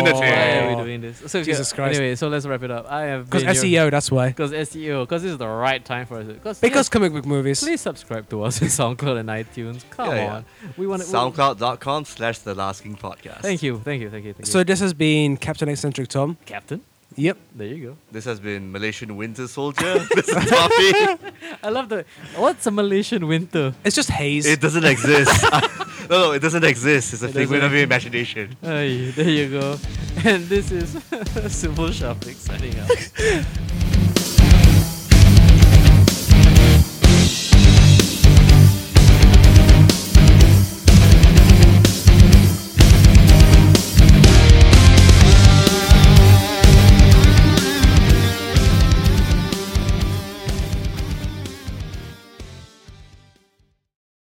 to infinity.
Why are we doing this? So,
Jesus
yeah,
Christ.
Anyway, so let's wrap it up. I have
Because E SEO, that's why.
Because SEO. Because this is the right time for us. Because
Because comic book movies.
Please subscribe to us in SoundCloud and iTunes. Come
Yeah, yeah.
on. We want
SoundCloud.com slash The Last King Podcast.
Thank you. Thank you. Thank you. Thank
So
you.
this has been Captain Eccentric Tom.
Captain,
Yep.
there you
This has been Malaysian Winter Soldier. this is Toffee.
go. I love the. What's a Malaysian winter?
It's just haze.
It doesn't exist. no, no, it doesn't exist. It's a
It
figment of
doesn't
your imagination.
Ay, there you go. And this is Sybil Shopping signing out.